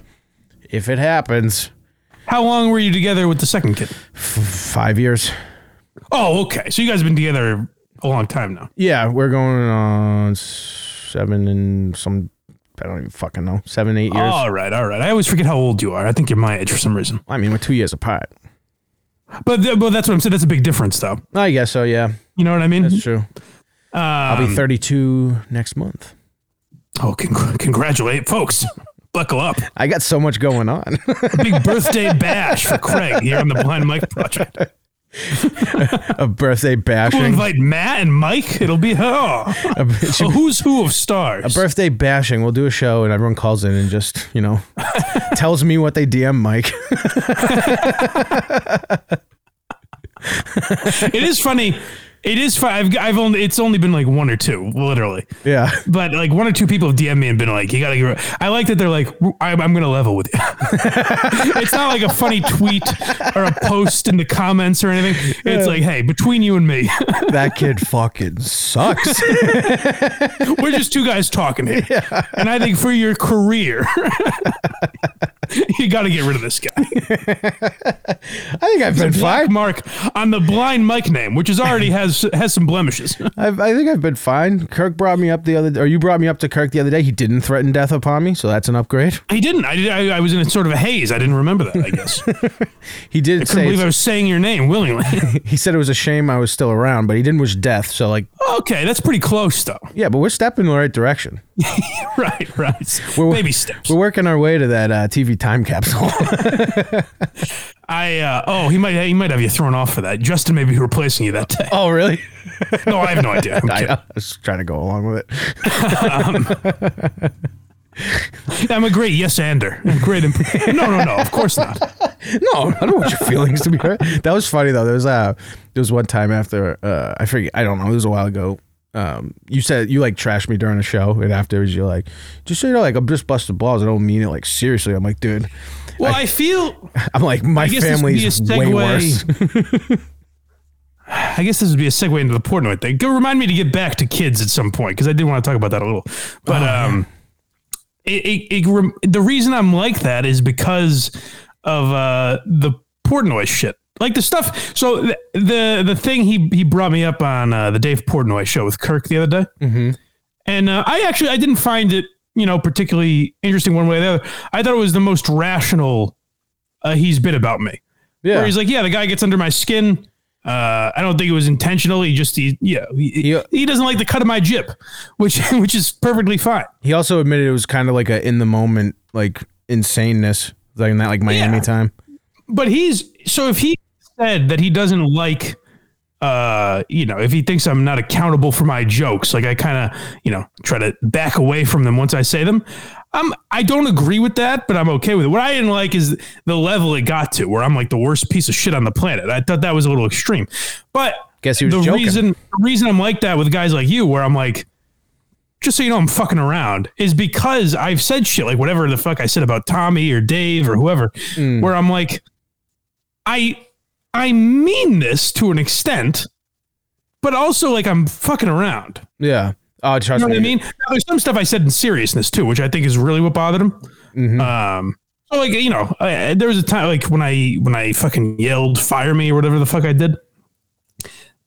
[SPEAKER 1] if it happens,
[SPEAKER 2] How long were you together with the second kid?
[SPEAKER 1] five years.
[SPEAKER 2] Oh, okay. So you guys have been together a long time now.
[SPEAKER 1] Yeah, we're going on seven and some I don't even fucking know. Seven, eight years.
[SPEAKER 2] All right, all right. I always forget how old you are. I think you're my age for some reason.
[SPEAKER 1] I mean, we're two years apart.
[SPEAKER 2] But, th- but that's what I'm saying. That's a big difference, though.
[SPEAKER 1] I guess so, yeah.
[SPEAKER 2] You know what I mean?
[SPEAKER 1] That's true. I'll be
[SPEAKER 2] Um,
[SPEAKER 1] thirty two next month.
[SPEAKER 2] oh, congr- congratulate, folks. Buckle up.
[SPEAKER 1] I got so much going on.
[SPEAKER 2] A big birthday bash for Craig here on the Blind Mike Project.
[SPEAKER 1] a birthday
[SPEAKER 2] We'll
[SPEAKER 1] bashing.
[SPEAKER 2] invite Matt and Mike. It'll be oh,
[SPEAKER 1] A, it
[SPEAKER 2] a
[SPEAKER 1] should be
[SPEAKER 2] who's who of
[SPEAKER 1] a
[SPEAKER 2] stars.
[SPEAKER 1] birthday bashing. We'll do a show and everyone calls in and just, you know, tells me what they DM Mike.
[SPEAKER 2] it is funny. It is fun. I've, I've only it's only been like one or two, literally.
[SPEAKER 1] yeah.
[SPEAKER 2] But like one or two people have DM me and been like, "You gotta." Give her-" I like that they're like, "I'm, I'm gonna level with you." it's not like a funny tweet or a post in the comments or anything. It's like, "Hey, between you and me,
[SPEAKER 1] That kid fucking sucks.
[SPEAKER 2] we're just two guys talking here." And I think for your career, you got to get rid of this guy.
[SPEAKER 1] I think I've been
[SPEAKER 2] Black
[SPEAKER 1] fine.
[SPEAKER 2] mark on the blind Mike name, which is already has has some blemishes.
[SPEAKER 1] I've, I think I've been fine. Kirk brought me up the other, or you brought me up to Kirk the other day. He didn't threaten death upon me, so that's an upgrade.
[SPEAKER 2] He didn't. I did. I, I was in a sort of a haze. I didn't remember that. I guess.
[SPEAKER 1] He did
[SPEAKER 2] I
[SPEAKER 1] say
[SPEAKER 2] believe I was saying your name willingly.
[SPEAKER 1] he said it was a shame I was still around, but he didn't wish death. So like,
[SPEAKER 2] okay, that's pretty close though.
[SPEAKER 1] yeah, but we're stepping in the right direction.
[SPEAKER 2] right, right.
[SPEAKER 1] We're-
[SPEAKER 2] Baby steps.
[SPEAKER 1] We're working our way to that uh, TV time capsule.
[SPEAKER 2] I uh, oh, he might he might have you thrown off for that. Justin may be replacing you that day.
[SPEAKER 1] oh, really?
[SPEAKER 2] No, I have no idea. I'm
[SPEAKER 1] I,
[SPEAKER 2] kidding.
[SPEAKER 1] I was trying to go along with it.
[SPEAKER 2] I'm a great yes-ander. I'm great. Imp- no, no, no. Of course not.
[SPEAKER 1] No, I don't want your feelings to be hurt. That was funny though. There was uh, there was one time after uh, I forget, I don't know, it was a while ago. Um, you said you like trashed me during a show, and afterwards you're like, just so you know, like I'm just busting balls. I don't mean it like seriously. I'm like, dude,
[SPEAKER 2] Well, I feel
[SPEAKER 1] I'm like my
[SPEAKER 2] I guess this would be a
[SPEAKER 1] family's way worse.
[SPEAKER 2] segue. I guess this would be a segue into the Portnoy thing. Go remind me to get back to kids at some point because I did want to talk about that a little. But um, it, it, it rem- the reason I'm like that is because of uh the Portnoy shit. Like the stuff. So the the, the thing he he brought me up on uh, the Dave Portnoy show with Kirk the other day and uh, I actually I didn't find it you know particularly interesting one way or the other. I thought it was the most rational uh, he's been about me. Where
[SPEAKER 1] Yeah,
[SPEAKER 2] he's like, yeah, the guy gets under my skin. Uh, I don't think it was intentional. He just he yeah he,
[SPEAKER 1] Yeah.
[SPEAKER 2] he doesn't like the cut of my jib, which which is perfectly fine.
[SPEAKER 1] he also admitted it was kind of like a in the moment like insaneness, like in that like Miami
[SPEAKER 2] Yeah.
[SPEAKER 1] time.
[SPEAKER 2] But he's so if he said that he doesn't like. Uh, you know, if he thinks I'm not accountable for my jokes, like I kind of, you know, try to back away from them once I say them. I'm, I don't agree with that, but I'm okay with it. What I didn't like is the level it got to, where I'm like the worst piece of shit on the planet. I thought that was a little extreme, but
[SPEAKER 1] Guess he was
[SPEAKER 2] the
[SPEAKER 1] joking.
[SPEAKER 2] reason the reason I'm like that with guys like you, where I'm like, just so you know, I'm fucking around, is because I've said shit like whatever the fuck I said about Tommy or Dave or whoever,
[SPEAKER 1] Mm.
[SPEAKER 2] where I'm like, I I mean this to an extent, but also like I'm fucking around.
[SPEAKER 1] yeah. Oh, trust
[SPEAKER 2] You know
[SPEAKER 1] me.
[SPEAKER 2] what I mean? Now, there's some stuff I said in seriousness too, which I think is really what bothered him.
[SPEAKER 1] Mm-hmm.
[SPEAKER 2] Um, so like you know, I, I- there was a time like when I when I fucking yelled "fire me" or whatever the fuck I did.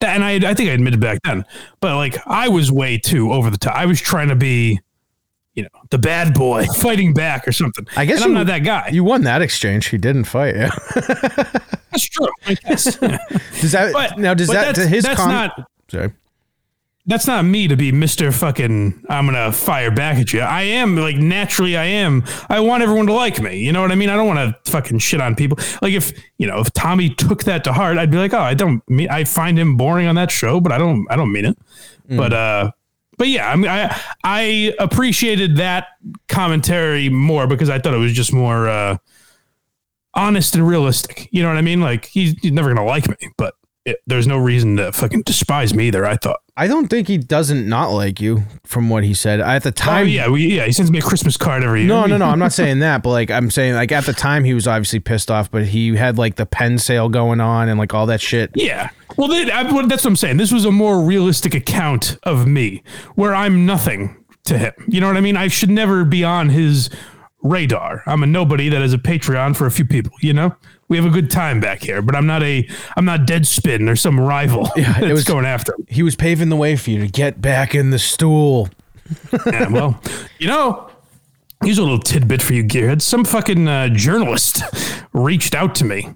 [SPEAKER 2] That, and I I think I admitted back then, but like I was way too over the top. I was trying to be, you know, the bad boy fighting back or something.
[SPEAKER 1] I guess
[SPEAKER 2] And I'm
[SPEAKER 1] you-
[SPEAKER 2] not that guy.
[SPEAKER 1] You won that exchange. He didn't fight you.
[SPEAKER 2] that's true. I guess.
[SPEAKER 1] Does that
[SPEAKER 2] But
[SPEAKER 1] now? Does
[SPEAKER 2] but
[SPEAKER 1] that
[SPEAKER 2] that's,
[SPEAKER 1] to his
[SPEAKER 2] that's
[SPEAKER 1] con-
[SPEAKER 2] not
[SPEAKER 1] Sorry.
[SPEAKER 2] that's not me to be Mr. fucking I'm gonna fire back at you. I am like naturally I am. I want everyone to like me. You know what I mean? I don't want to fucking shit on people. Like if you know, if Tommy took that to heart, I'd be like, oh, I don't mean I find him boring on that show, but I don't I don't mean it. But uh but yeah, I mean I I appreciated that commentary more because I thought it was just more uh honest and realistic. You know what I mean? Like he's, he's never gonna like me, but it, there's no reason to fucking despise me either, I thought.
[SPEAKER 1] I don't think he doesn't not like you from what he said at the
[SPEAKER 2] Oh
[SPEAKER 1] time.
[SPEAKER 2] yeah, we, yeah. He sends me a Christmas card every year.
[SPEAKER 1] No, no, no. I'm not saying that, but like I'm saying, like at the time he was obviously pissed off, but he had like the pen sale going on and like all that shit.
[SPEAKER 2] Yeah. Well, then, I, well, that's what I'm saying. This was a more realistic account of me, where I'm nothing to him. You know what I mean? I should never be on his radar. I'm a nobody that is a Patreon for a few people. You know, we have a good time back here, but I'm not a I'm not Deadspin or some rival that's
[SPEAKER 1] it was-
[SPEAKER 2] going after him.
[SPEAKER 1] He was paving the way for you to get back in the stool.
[SPEAKER 2] Yeah, well, you know, here's a little tidbit for you, Gearhead. Some fucking uh, journalist reached out to me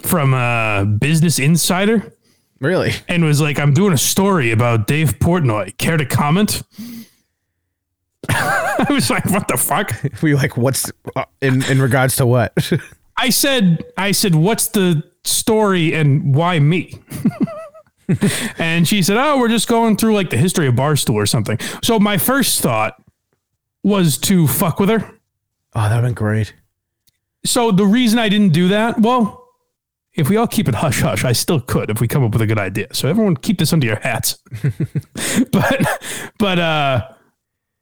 [SPEAKER 2] from uh, Business Insider.
[SPEAKER 1] Really?
[SPEAKER 2] and was like, I'm doing a story about Dave Portnoy. Care to comment? I was like, what the fuck?
[SPEAKER 1] uh,
[SPEAKER 2] Oh,
[SPEAKER 1] Were you like, what's in in regards to what?
[SPEAKER 2] I said, I said, what's the story and why me? and she said, "Oh, we're just going through like the history of Barstool or something." So my first thought was to fuck with her.
[SPEAKER 1] Oh, that'd been great.
[SPEAKER 2] So the reason I didn't do that, well, if we all keep it hush hush, I still could if we come up with a good idea. So everyone keep this under your hats. but but uh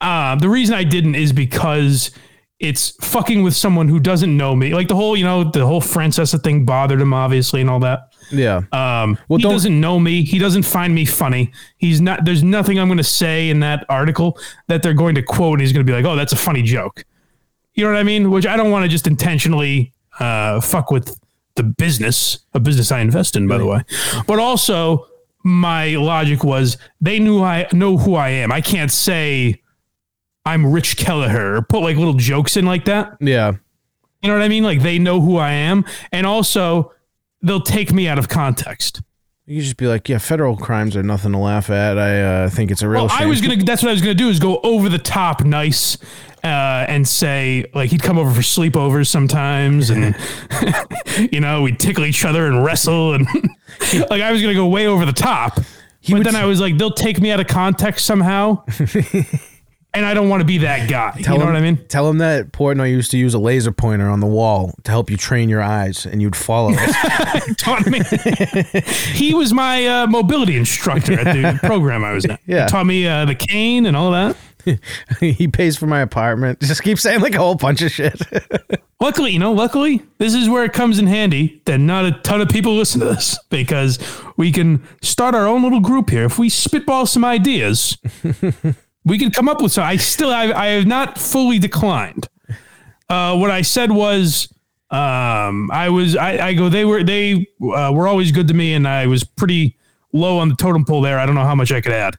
[SPEAKER 2] uh the reason I didn't is because it's fucking with someone who doesn't know me. Like the whole, you know, the whole Francesa thing bothered him obviously and all that.
[SPEAKER 1] Yeah.
[SPEAKER 2] Um,
[SPEAKER 1] Well,
[SPEAKER 2] he
[SPEAKER 1] don't-
[SPEAKER 2] doesn't know me. He doesn't find me funny. He's not. There's nothing I'm going to say in that article that they're going to quote. And he's going to be like, "Oh, that's a funny joke." You know what I mean? Which I don't want to just intentionally uh, fuck with the business, a business I invest in, by the way. But also, my logic was they knew I know who I am. I can't say I'm Rich Kelleher or put like little jokes in like that.
[SPEAKER 1] Yeah.
[SPEAKER 2] You know what I mean? Like they know who I am, and also they'll take me out of context.
[SPEAKER 1] You could just be like, yeah, federal crimes are nothing to laugh at. I uh, think it's a real
[SPEAKER 2] Well,
[SPEAKER 1] shame.
[SPEAKER 2] I was gonna. That's what I was gonna do is go over the top, nice, uh, and say like he'd come over for sleepovers sometimes, and
[SPEAKER 1] Mm-hmm.
[SPEAKER 2] you know we'd tickle each other and wrestle, and like I was gonna go way over the top. but
[SPEAKER 1] would
[SPEAKER 2] then I was like, they'll take me out of context somehow, and I don't want to be that guy. you know
[SPEAKER 1] him,
[SPEAKER 2] what I mean?
[SPEAKER 1] Tell him that Portnoy used to use a laser pointer on the wall to help you train your eyes, and you'd follow. it.
[SPEAKER 2] Taught me. he was my uh, mobility instructor at the program I was in.
[SPEAKER 1] Yeah.
[SPEAKER 2] taught me uh, the cane and all that.
[SPEAKER 1] he pays for my apartment. Just keep saying like a whole bunch of shit.
[SPEAKER 2] Luckily, you know, luckily, this is where it comes in handy that not a ton of people listen to this because we can start our own little group here. If we spitball some ideas, we can come up with some. I still, I, I have not fully declined. Uh, what I said was, um, I was, I, I go, they were, they uh, were always good to me, and I was pretty low on the totem pole there. I don't know how much I could add.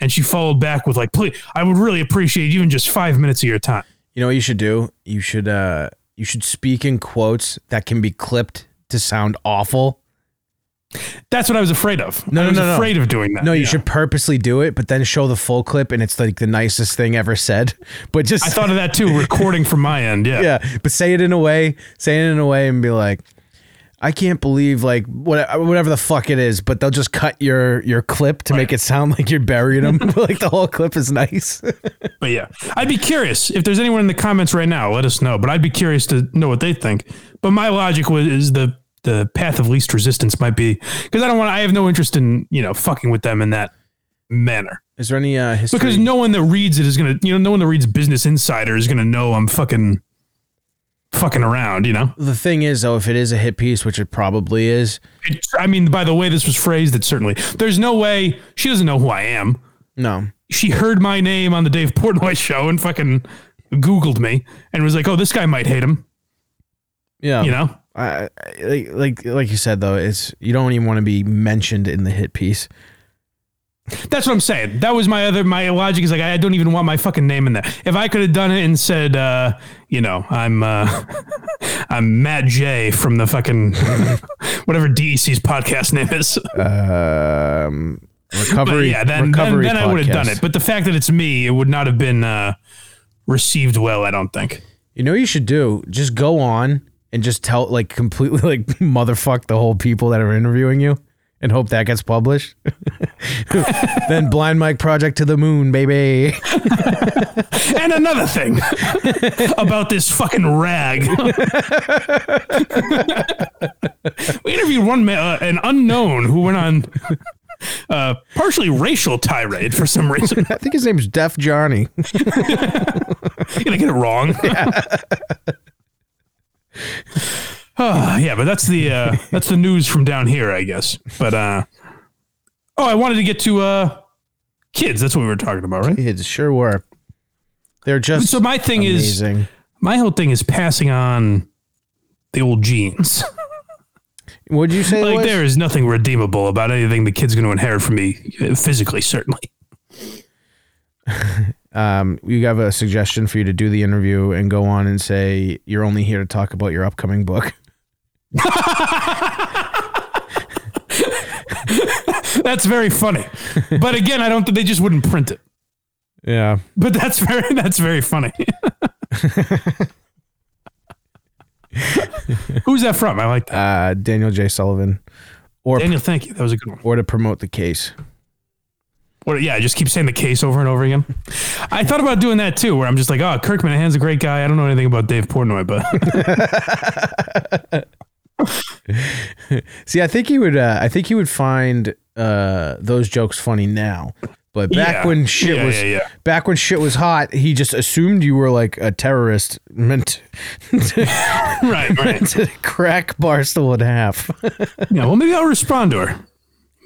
[SPEAKER 2] And she followed back with like, please, I would really appreciate even just five minutes of your time.
[SPEAKER 1] You know what you should do? You should uh, you should speak in quotes that can be clipped to sound awful.
[SPEAKER 2] That's what I was afraid of.
[SPEAKER 1] No,
[SPEAKER 2] I
[SPEAKER 1] no,
[SPEAKER 2] was
[SPEAKER 1] no, no.
[SPEAKER 2] afraid of doing that.
[SPEAKER 1] No, you
[SPEAKER 2] Yeah.
[SPEAKER 1] should purposely do it, but then show the full clip, and it's like the nicest thing ever said. But just
[SPEAKER 2] I thought of that too, recording from my end. Yeah.
[SPEAKER 1] yeah, but say it in a way, say it in a way, and be like, I can't believe like what, whatever the fuck it is, but they'll just cut your your clip to make it sound like you're burying them. like the whole clip is nice.
[SPEAKER 2] But yeah, I'd be curious if there's anyone in the comments right now, let us know. But I'd be curious to know what they think. But my logic was is the the path of least resistance might be because I don't want I have no interest in, you know, fucking with them in that manner.
[SPEAKER 1] is there any uh, history?
[SPEAKER 2] Because no one that reads it is gonna you know, no one that reads Business Insider is gonna know I'm fucking fucking around, you know?
[SPEAKER 1] the thing is though, if it is a hit piece, which it probably is,
[SPEAKER 2] It, I mean, by the way this was phrased, it certainly there's no way she doesn't know who I am.
[SPEAKER 1] no,
[SPEAKER 2] she heard my name on the Dave Portnoy show and fucking Googled me and was like, "Oh, this guy might hate him,"
[SPEAKER 1] yeah,
[SPEAKER 2] you know.
[SPEAKER 1] I, I- like like like you said though, it's you don't even want to be mentioned in the hit piece.
[SPEAKER 2] That's what I'm saying. That was my other my logic is like I don't even want my fucking name in there. If I could have done it and said, uh, you know, I'm uh, I'm Matt J from the fucking whatever DEC's podcast name is.
[SPEAKER 1] Um,
[SPEAKER 2] But
[SPEAKER 1] recovery,
[SPEAKER 2] yeah, then then,
[SPEAKER 1] recovery
[SPEAKER 2] then I would have done
[SPEAKER 1] podcast.
[SPEAKER 2] it. But the fact that it's me, it would not have been uh, received well. I don't think.
[SPEAKER 1] You know what you should do? Just go on and just tell like completely like motherfuck the whole people that are interviewing you and hope that gets published. then blind Mike project to the moon, baby.
[SPEAKER 2] And another thing about this fucking rag. we interviewed one ma- uh, an unknown who went on uh, partially racial tirade for some reason.
[SPEAKER 1] I think his name's Def Johnny.
[SPEAKER 2] Did I get it wrong? Ah, yeah, but that's the uh, that's the news from down here, I guess. But uh, oh, I wanted to get to uh, kids. That's what we were talking about, right?
[SPEAKER 1] Kids sure were. They're just
[SPEAKER 2] So my thing is
[SPEAKER 1] amazing.
[SPEAKER 2] my whole thing is passing on the old genes.
[SPEAKER 1] What'd you say? it
[SPEAKER 2] like
[SPEAKER 1] was?
[SPEAKER 2] there is nothing redeemable about anything the kid's going to inherit from me uh, physically certainly
[SPEAKER 1] um, we have a suggestion for you to do the interview and go on and say you're only here to talk about your upcoming book.
[SPEAKER 2] that's very funny but again i don't think they just wouldn't print it
[SPEAKER 1] Yeah.
[SPEAKER 2] but that's very that's very funny Who's that from? I like that.
[SPEAKER 1] Uh, Daniel J. Sullivan, or
[SPEAKER 2] Daniel, thank you. That was a good one.
[SPEAKER 1] or to promote the case.
[SPEAKER 2] What, yeah, just keep saying the case over and over again. I thought about doing that too, where I'm just like, oh, Kirk Minahan's a great guy. I don't know anything about Dave Portnoy, but
[SPEAKER 1] See, I think he would. Uh, I think he would find uh, those jokes funny now. But back
[SPEAKER 2] Yeah.
[SPEAKER 1] when shit
[SPEAKER 2] Yeah,
[SPEAKER 1] was
[SPEAKER 2] yeah, yeah.
[SPEAKER 1] back when shit was hot, he just assumed you were like a terrorist meant
[SPEAKER 2] right, right.
[SPEAKER 1] to crack Barstool in half.
[SPEAKER 2] Yeah, well, maybe I'll respond to her.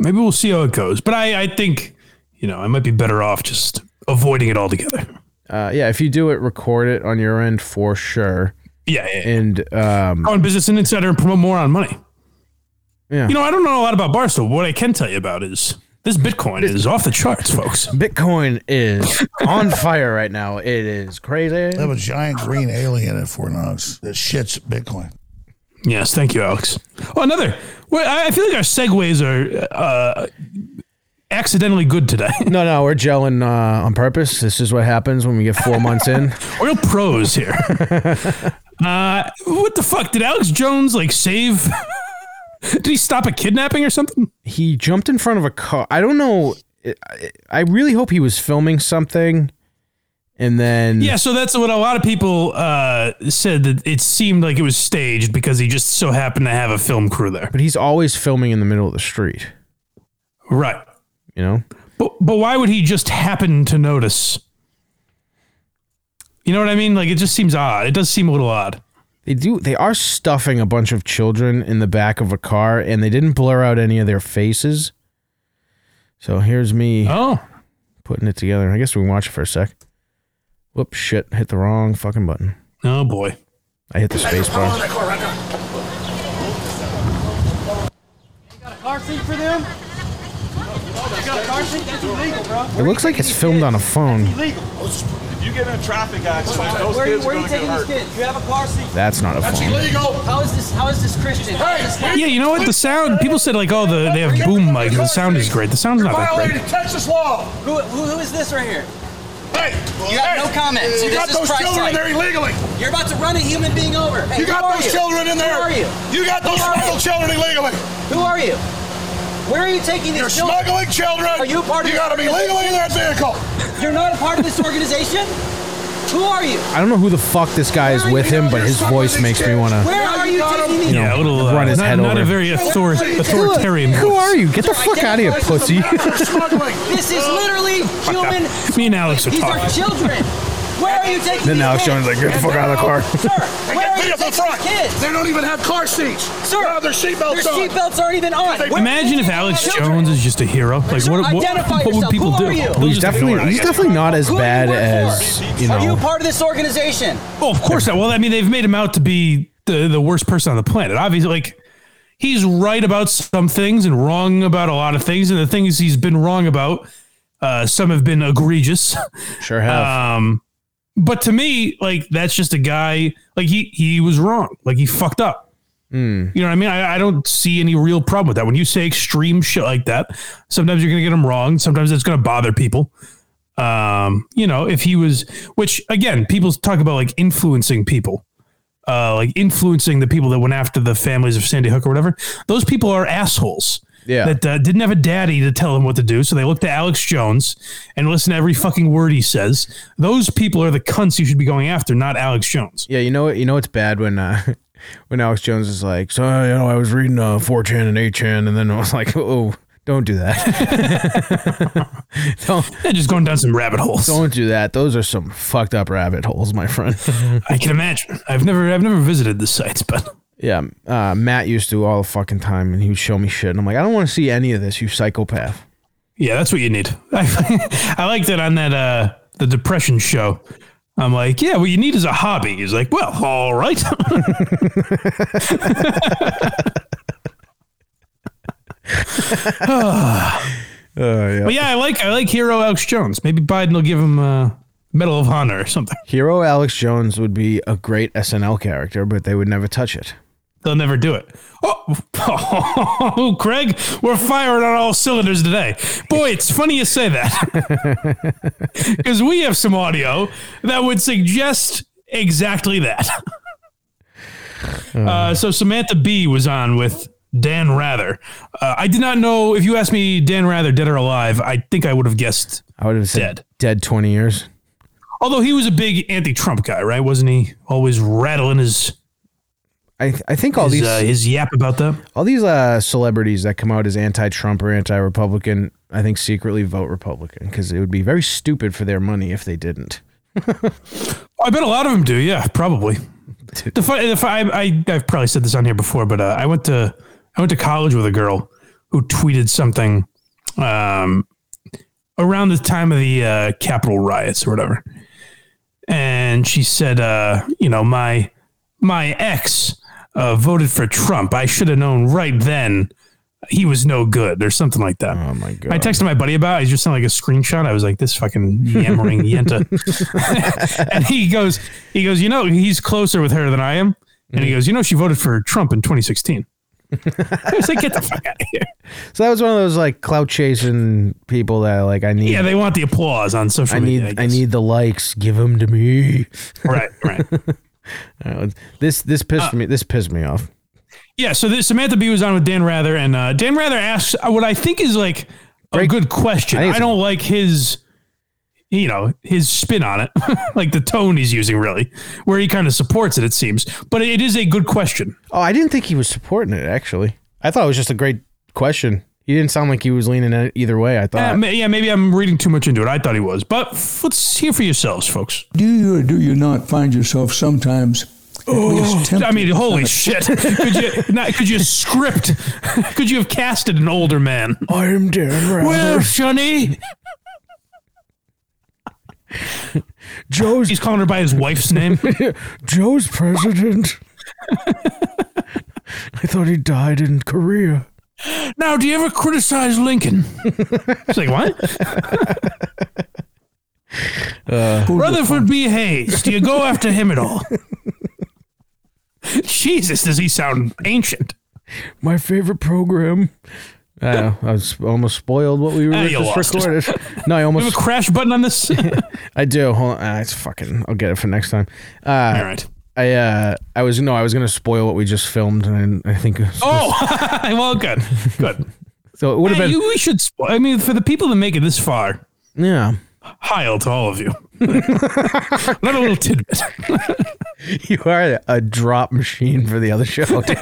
[SPEAKER 2] Maybe we'll see how it goes. But I, I think, you know, I might be better off just avoiding it altogether.
[SPEAKER 1] Uh, yeah, if you do it, record it on your end for sure.
[SPEAKER 2] Yeah, yeah. yeah.
[SPEAKER 1] And um,
[SPEAKER 2] Go on Business and Insider and promote more on money.
[SPEAKER 1] Yeah.
[SPEAKER 2] You know, I don't know a lot about Barstool. But what I can tell you about is this Bitcoin is off the charts, folks.
[SPEAKER 1] Bitcoin is on fire right now. It is crazy.
[SPEAKER 3] I have a giant green alien at Fort Knox that shits Bitcoin.
[SPEAKER 2] Yes, thank you, Alex. Oh, another. Well, I I feel like our segues are uh, accidentally good today.
[SPEAKER 1] No, no, we're gelling uh, on purpose. This is what happens when we get four months in.
[SPEAKER 2] Real pros here. uh, what the fuck did Alex Jones like save? did he stop a kidnapping or something?
[SPEAKER 1] He jumped in front of a car. I don't know. I- I really hope he was filming something, and then
[SPEAKER 2] Yeah, so that's what a lot of people uh, said that it seemed like it was staged because he just so happened to have a film crew there.
[SPEAKER 1] But he's always filming in the middle of the street.
[SPEAKER 2] Right.
[SPEAKER 1] You know.
[SPEAKER 2] But but why would he just happen to notice? You know what I mean? Like it just seems odd. It does seem a little odd.
[SPEAKER 1] They do. They are stuffing a bunch of children in the back of a car, and they didn't blur out any of their faces. So here's me
[SPEAKER 2] Oh.
[SPEAKER 1] putting it together. I guess we can watch it for a sec. Whoops! Shit! Hit the wrong fucking button.
[SPEAKER 2] Oh boy.
[SPEAKER 1] I hit the space bar.
[SPEAKER 4] Got a car seat for them? You got a car seat? That's illegal, bro.
[SPEAKER 1] It looks like it's filmed on a phone.
[SPEAKER 4] Illegal.
[SPEAKER 5] You get in a traffic accident, those
[SPEAKER 4] Where are you,
[SPEAKER 5] kids are
[SPEAKER 4] where are
[SPEAKER 5] gonna
[SPEAKER 4] you
[SPEAKER 5] get
[SPEAKER 4] taking these
[SPEAKER 5] hurt.
[SPEAKER 4] kids? You have a car seat.
[SPEAKER 1] That's not a phone.
[SPEAKER 4] How is this? How is this Christian? Hey,
[SPEAKER 2] Yeah, you know what? The sound people said like, oh the they have boom mics. The sound is great. The sound's not that great.
[SPEAKER 5] Violated Texas law.
[SPEAKER 4] who, who, who is this right here?
[SPEAKER 5] Hey,
[SPEAKER 4] You have
[SPEAKER 5] hey,
[SPEAKER 4] no comment. See,
[SPEAKER 5] You
[SPEAKER 4] this
[SPEAKER 5] got
[SPEAKER 4] is
[SPEAKER 5] those
[SPEAKER 4] Christ
[SPEAKER 5] children
[SPEAKER 4] like.
[SPEAKER 5] in there illegally.
[SPEAKER 4] You're about to run a human being over. Hey,
[SPEAKER 5] You got
[SPEAKER 4] who are
[SPEAKER 5] those
[SPEAKER 4] you?
[SPEAKER 5] children in there.
[SPEAKER 4] Who are you?
[SPEAKER 5] got those
[SPEAKER 4] Who are
[SPEAKER 5] smuggled
[SPEAKER 4] you?
[SPEAKER 5] children illegally.
[SPEAKER 4] Who are you? Where are you taking these
[SPEAKER 5] You're
[SPEAKER 4] children?
[SPEAKER 5] smuggling children.
[SPEAKER 4] Are you part of
[SPEAKER 5] You
[SPEAKER 4] this
[SPEAKER 5] got to be legally in that vehicle.
[SPEAKER 4] You're not a part of this organization. Who are you?
[SPEAKER 1] I don't know who the fuck this guy is with him, but his voice makes me want to.
[SPEAKER 4] Where are you taking these?
[SPEAKER 2] Yeah, a little uh,
[SPEAKER 1] Run his
[SPEAKER 2] not,
[SPEAKER 1] head
[SPEAKER 2] not
[SPEAKER 1] over.
[SPEAKER 2] a very author- authoritarian.
[SPEAKER 1] Who
[SPEAKER 2] voice.
[SPEAKER 1] are you? Get the fuck out of here, pussy.
[SPEAKER 5] You're smuggling.
[SPEAKER 4] This is literally human.
[SPEAKER 2] Me and Alex are
[SPEAKER 4] These are
[SPEAKER 2] talking.
[SPEAKER 4] children. Where are you taking
[SPEAKER 1] Then
[SPEAKER 4] these
[SPEAKER 1] Alex
[SPEAKER 4] kids?
[SPEAKER 1] Jones is like, "Get the fuck out of the car."
[SPEAKER 4] Sir,
[SPEAKER 5] They
[SPEAKER 4] where
[SPEAKER 5] get
[SPEAKER 4] are
[SPEAKER 5] beat
[SPEAKER 4] you
[SPEAKER 5] up in
[SPEAKER 4] taking
[SPEAKER 5] front.
[SPEAKER 4] these kids?
[SPEAKER 5] They don't even have car seats.
[SPEAKER 4] Sir,
[SPEAKER 5] they don't have their
[SPEAKER 4] Their
[SPEAKER 5] seatbelts on.
[SPEAKER 4] seatbelts aren't even on. Where-
[SPEAKER 2] Imagine if Alex Jones is just a hero. Like
[SPEAKER 4] Sir,
[SPEAKER 2] what, what,
[SPEAKER 4] identify
[SPEAKER 2] what would
[SPEAKER 4] yourself.
[SPEAKER 2] people
[SPEAKER 4] Who
[SPEAKER 2] do?
[SPEAKER 4] are you?
[SPEAKER 2] They'll
[SPEAKER 1] He's
[SPEAKER 2] just
[SPEAKER 1] definitely
[SPEAKER 2] ignore it, I
[SPEAKER 1] he's
[SPEAKER 2] guess.
[SPEAKER 1] definitely not as
[SPEAKER 4] Who do you
[SPEAKER 1] bad
[SPEAKER 4] work for?
[SPEAKER 1] as you
[SPEAKER 4] Are you
[SPEAKER 1] know.
[SPEAKER 4] a part of this organization?
[SPEAKER 2] Oh, of course not. Well, I mean, they've made him out to be the, the worst person on the planet. Obviously, like he's right about some things and wrong about a lot of things, and the things he's been wrong about, uh, some have been egregious.
[SPEAKER 1] Sure have.
[SPEAKER 2] Um, but to me, like that's just a guy. Like he he was wrong. Like he fucked up. You know what I mean? I, I don't see any real problem with that. When you say extreme shit like that, sometimes you're gonna get them wrong. Sometimes it's gonna bother people. Um, you know, if he was, which again, people talk about like influencing people, uh, like influencing the people that went after the families of Sandy Hook or whatever. Those people are assholes
[SPEAKER 1] Yeah.
[SPEAKER 2] that uh, didn't have a daddy to tell them what to do. So they look to Alex Jones and listen to every fucking word he says. Those people are the cunts you should be going after, not Alex Jones.
[SPEAKER 1] Yeah, you know you know it's bad when uh, when Alex Jones is like, so you know I was reading uh, 4chan and 8chan, and then I was like, oh, don't do that, don't
[SPEAKER 2] They're just going down some rabbit holes.
[SPEAKER 1] don't do that. Those are some fucked up rabbit holes, my friend.
[SPEAKER 2] I can imagine. I've never, I've never visited the sites, but
[SPEAKER 1] yeah, uh, Matt used to all the fucking time, and he would show me shit, and I'm like, I don't want to see any of this, you psychopath.
[SPEAKER 2] yeah, that's what you need. I, I liked it on that uh, the depression show. I'm like, yeah, what you need is a hobby. He's like, well, all right. but Uh, yeah, I like, I like hero Alex Jones. Maybe Biden will give him a Medal of Honor or something.
[SPEAKER 1] Hero Alex Jones would be a great SNL character, but they would never touch it.
[SPEAKER 2] They'll never do it. Oh, Craig, we're firing on all cylinders today. Boy, it's funny you say that. Because we have some audio that would suggest exactly that. Uh, so Samantha Bee was on with Dan Rather. Uh, I did not know if you asked me Dan Rather dead or alive. I think I would have guessed.
[SPEAKER 1] I would have said
[SPEAKER 2] Dead.
[SPEAKER 1] dead, 20 years.
[SPEAKER 2] Although he was a big anti-Trump guy, right? Wasn't he always rattling his
[SPEAKER 1] I, th- I think all
[SPEAKER 2] his,
[SPEAKER 1] these
[SPEAKER 2] uh, his yap about them?
[SPEAKER 1] all these uh, celebrities that come out as anti-Trump or anti-Republican, I think secretly vote Republican because it would be very stupid for their money if they didn't.
[SPEAKER 2] I bet a lot of them do. Yeah, probably. The, fu- the fu- I, I I've probably said this on here before, but uh, I went to I went to college with a girl who tweeted something um, around the time of the uh, Capitol riots or whatever, and she said, uh, you know, my my ex uh, voted for Trump. I should have known right then he was no good or something like that.
[SPEAKER 1] Oh my god!
[SPEAKER 2] I texted my buddy about. it. He just sent like a screenshot. I was like, this fucking yammering yenta. and he goes, he goes, you know, he's closer with her than I am. And
[SPEAKER 1] Mm-hmm.
[SPEAKER 2] he goes, you know, she voted for Trump in 2016. I was like, get the fuck out of here.
[SPEAKER 1] so that was one of those like clout chasing people that like I need.
[SPEAKER 2] Yeah, they want the applause on social
[SPEAKER 1] I
[SPEAKER 2] media.
[SPEAKER 1] need I,
[SPEAKER 2] guess.
[SPEAKER 1] need the likes. Give them to me.
[SPEAKER 2] Right, right.
[SPEAKER 1] All right, let's- this this
[SPEAKER 2] Uh
[SPEAKER 1] pissed me this pissed me off.
[SPEAKER 2] Yeah, so this, Samantha B was on with Dan Rather, and uh, Dan Rather asks what I think is like a good question.
[SPEAKER 1] I think
[SPEAKER 2] I,
[SPEAKER 1] it's-
[SPEAKER 2] don't like his, you know, his spin on it, like the tone he's using, really, where he kind of supports it, it seems. But it is a good question.
[SPEAKER 1] Oh, I didn't think he was supporting it actually. I thought it was just a great question. He didn't sound like he was leaning it either way. I
[SPEAKER 2] Uh,
[SPEAKER 1] thought.
[SPEAKER 2] ma- yeah, maybe I'm reading too much into it. I thought he was, but f- let's hear for yourselves, folks.
[SPEAKER 6] Do you or do you not find yourself sometimes at least tempted?
[SPEAKER 2] I mean, holy shit! Could you not, could you script? Could you have casted an older man?
[SPEAKER 1] I am Dan Rather.
[SPEAKER 2] Well, Sonny,
[SPEAKER 1] Joe's
[SPEAKER 2] he's calling her by his wife's name.
[SPEAKER 1] Joe's president. I thought he died in Korea.
[SPEAKER 2] Now, do you ever criticize Lincoln? It's like, what? Uh, Rutherford B. Hayes, do you go after him at all? Jesus, does he sound ancient?
[SPEAKER 1] My favorite program. I, don't know, I was almost spoiled what we were
[SPEAKER 2] Ah, you
[SPEAKER 1] just
[SPEAKER 2] lost.
[SPEAKER 1] recorded. No, I
[SPEAKER 2] Do you have
[SPEAKER 1] almost.
[SPEAKER 2] a crash button on this? all
[SPEAKER 1] I do. Hold on. Ah, it's fucking. I'll get it for next time. Uh,
[SPEAKER 2] right.
[SPEAKER 1] I uh, I was no, I was gonna spoil what we just filmed, and I think
[SPEAKER 2] Oh, well, good. Good.
[SPEAKER 1] so. It would have
[SPEAKER 2] Hey,
[SPEAKER 1] been
[SPEAKER 2] you- we should, spo- I mean, for the people that make it this far,
[SPEAKER 1] yeah.
[SPEAKER 2] hail to all of you. Not a little tidbit.
[SPEAKER 1] You are a drop machine for the other show. Dude.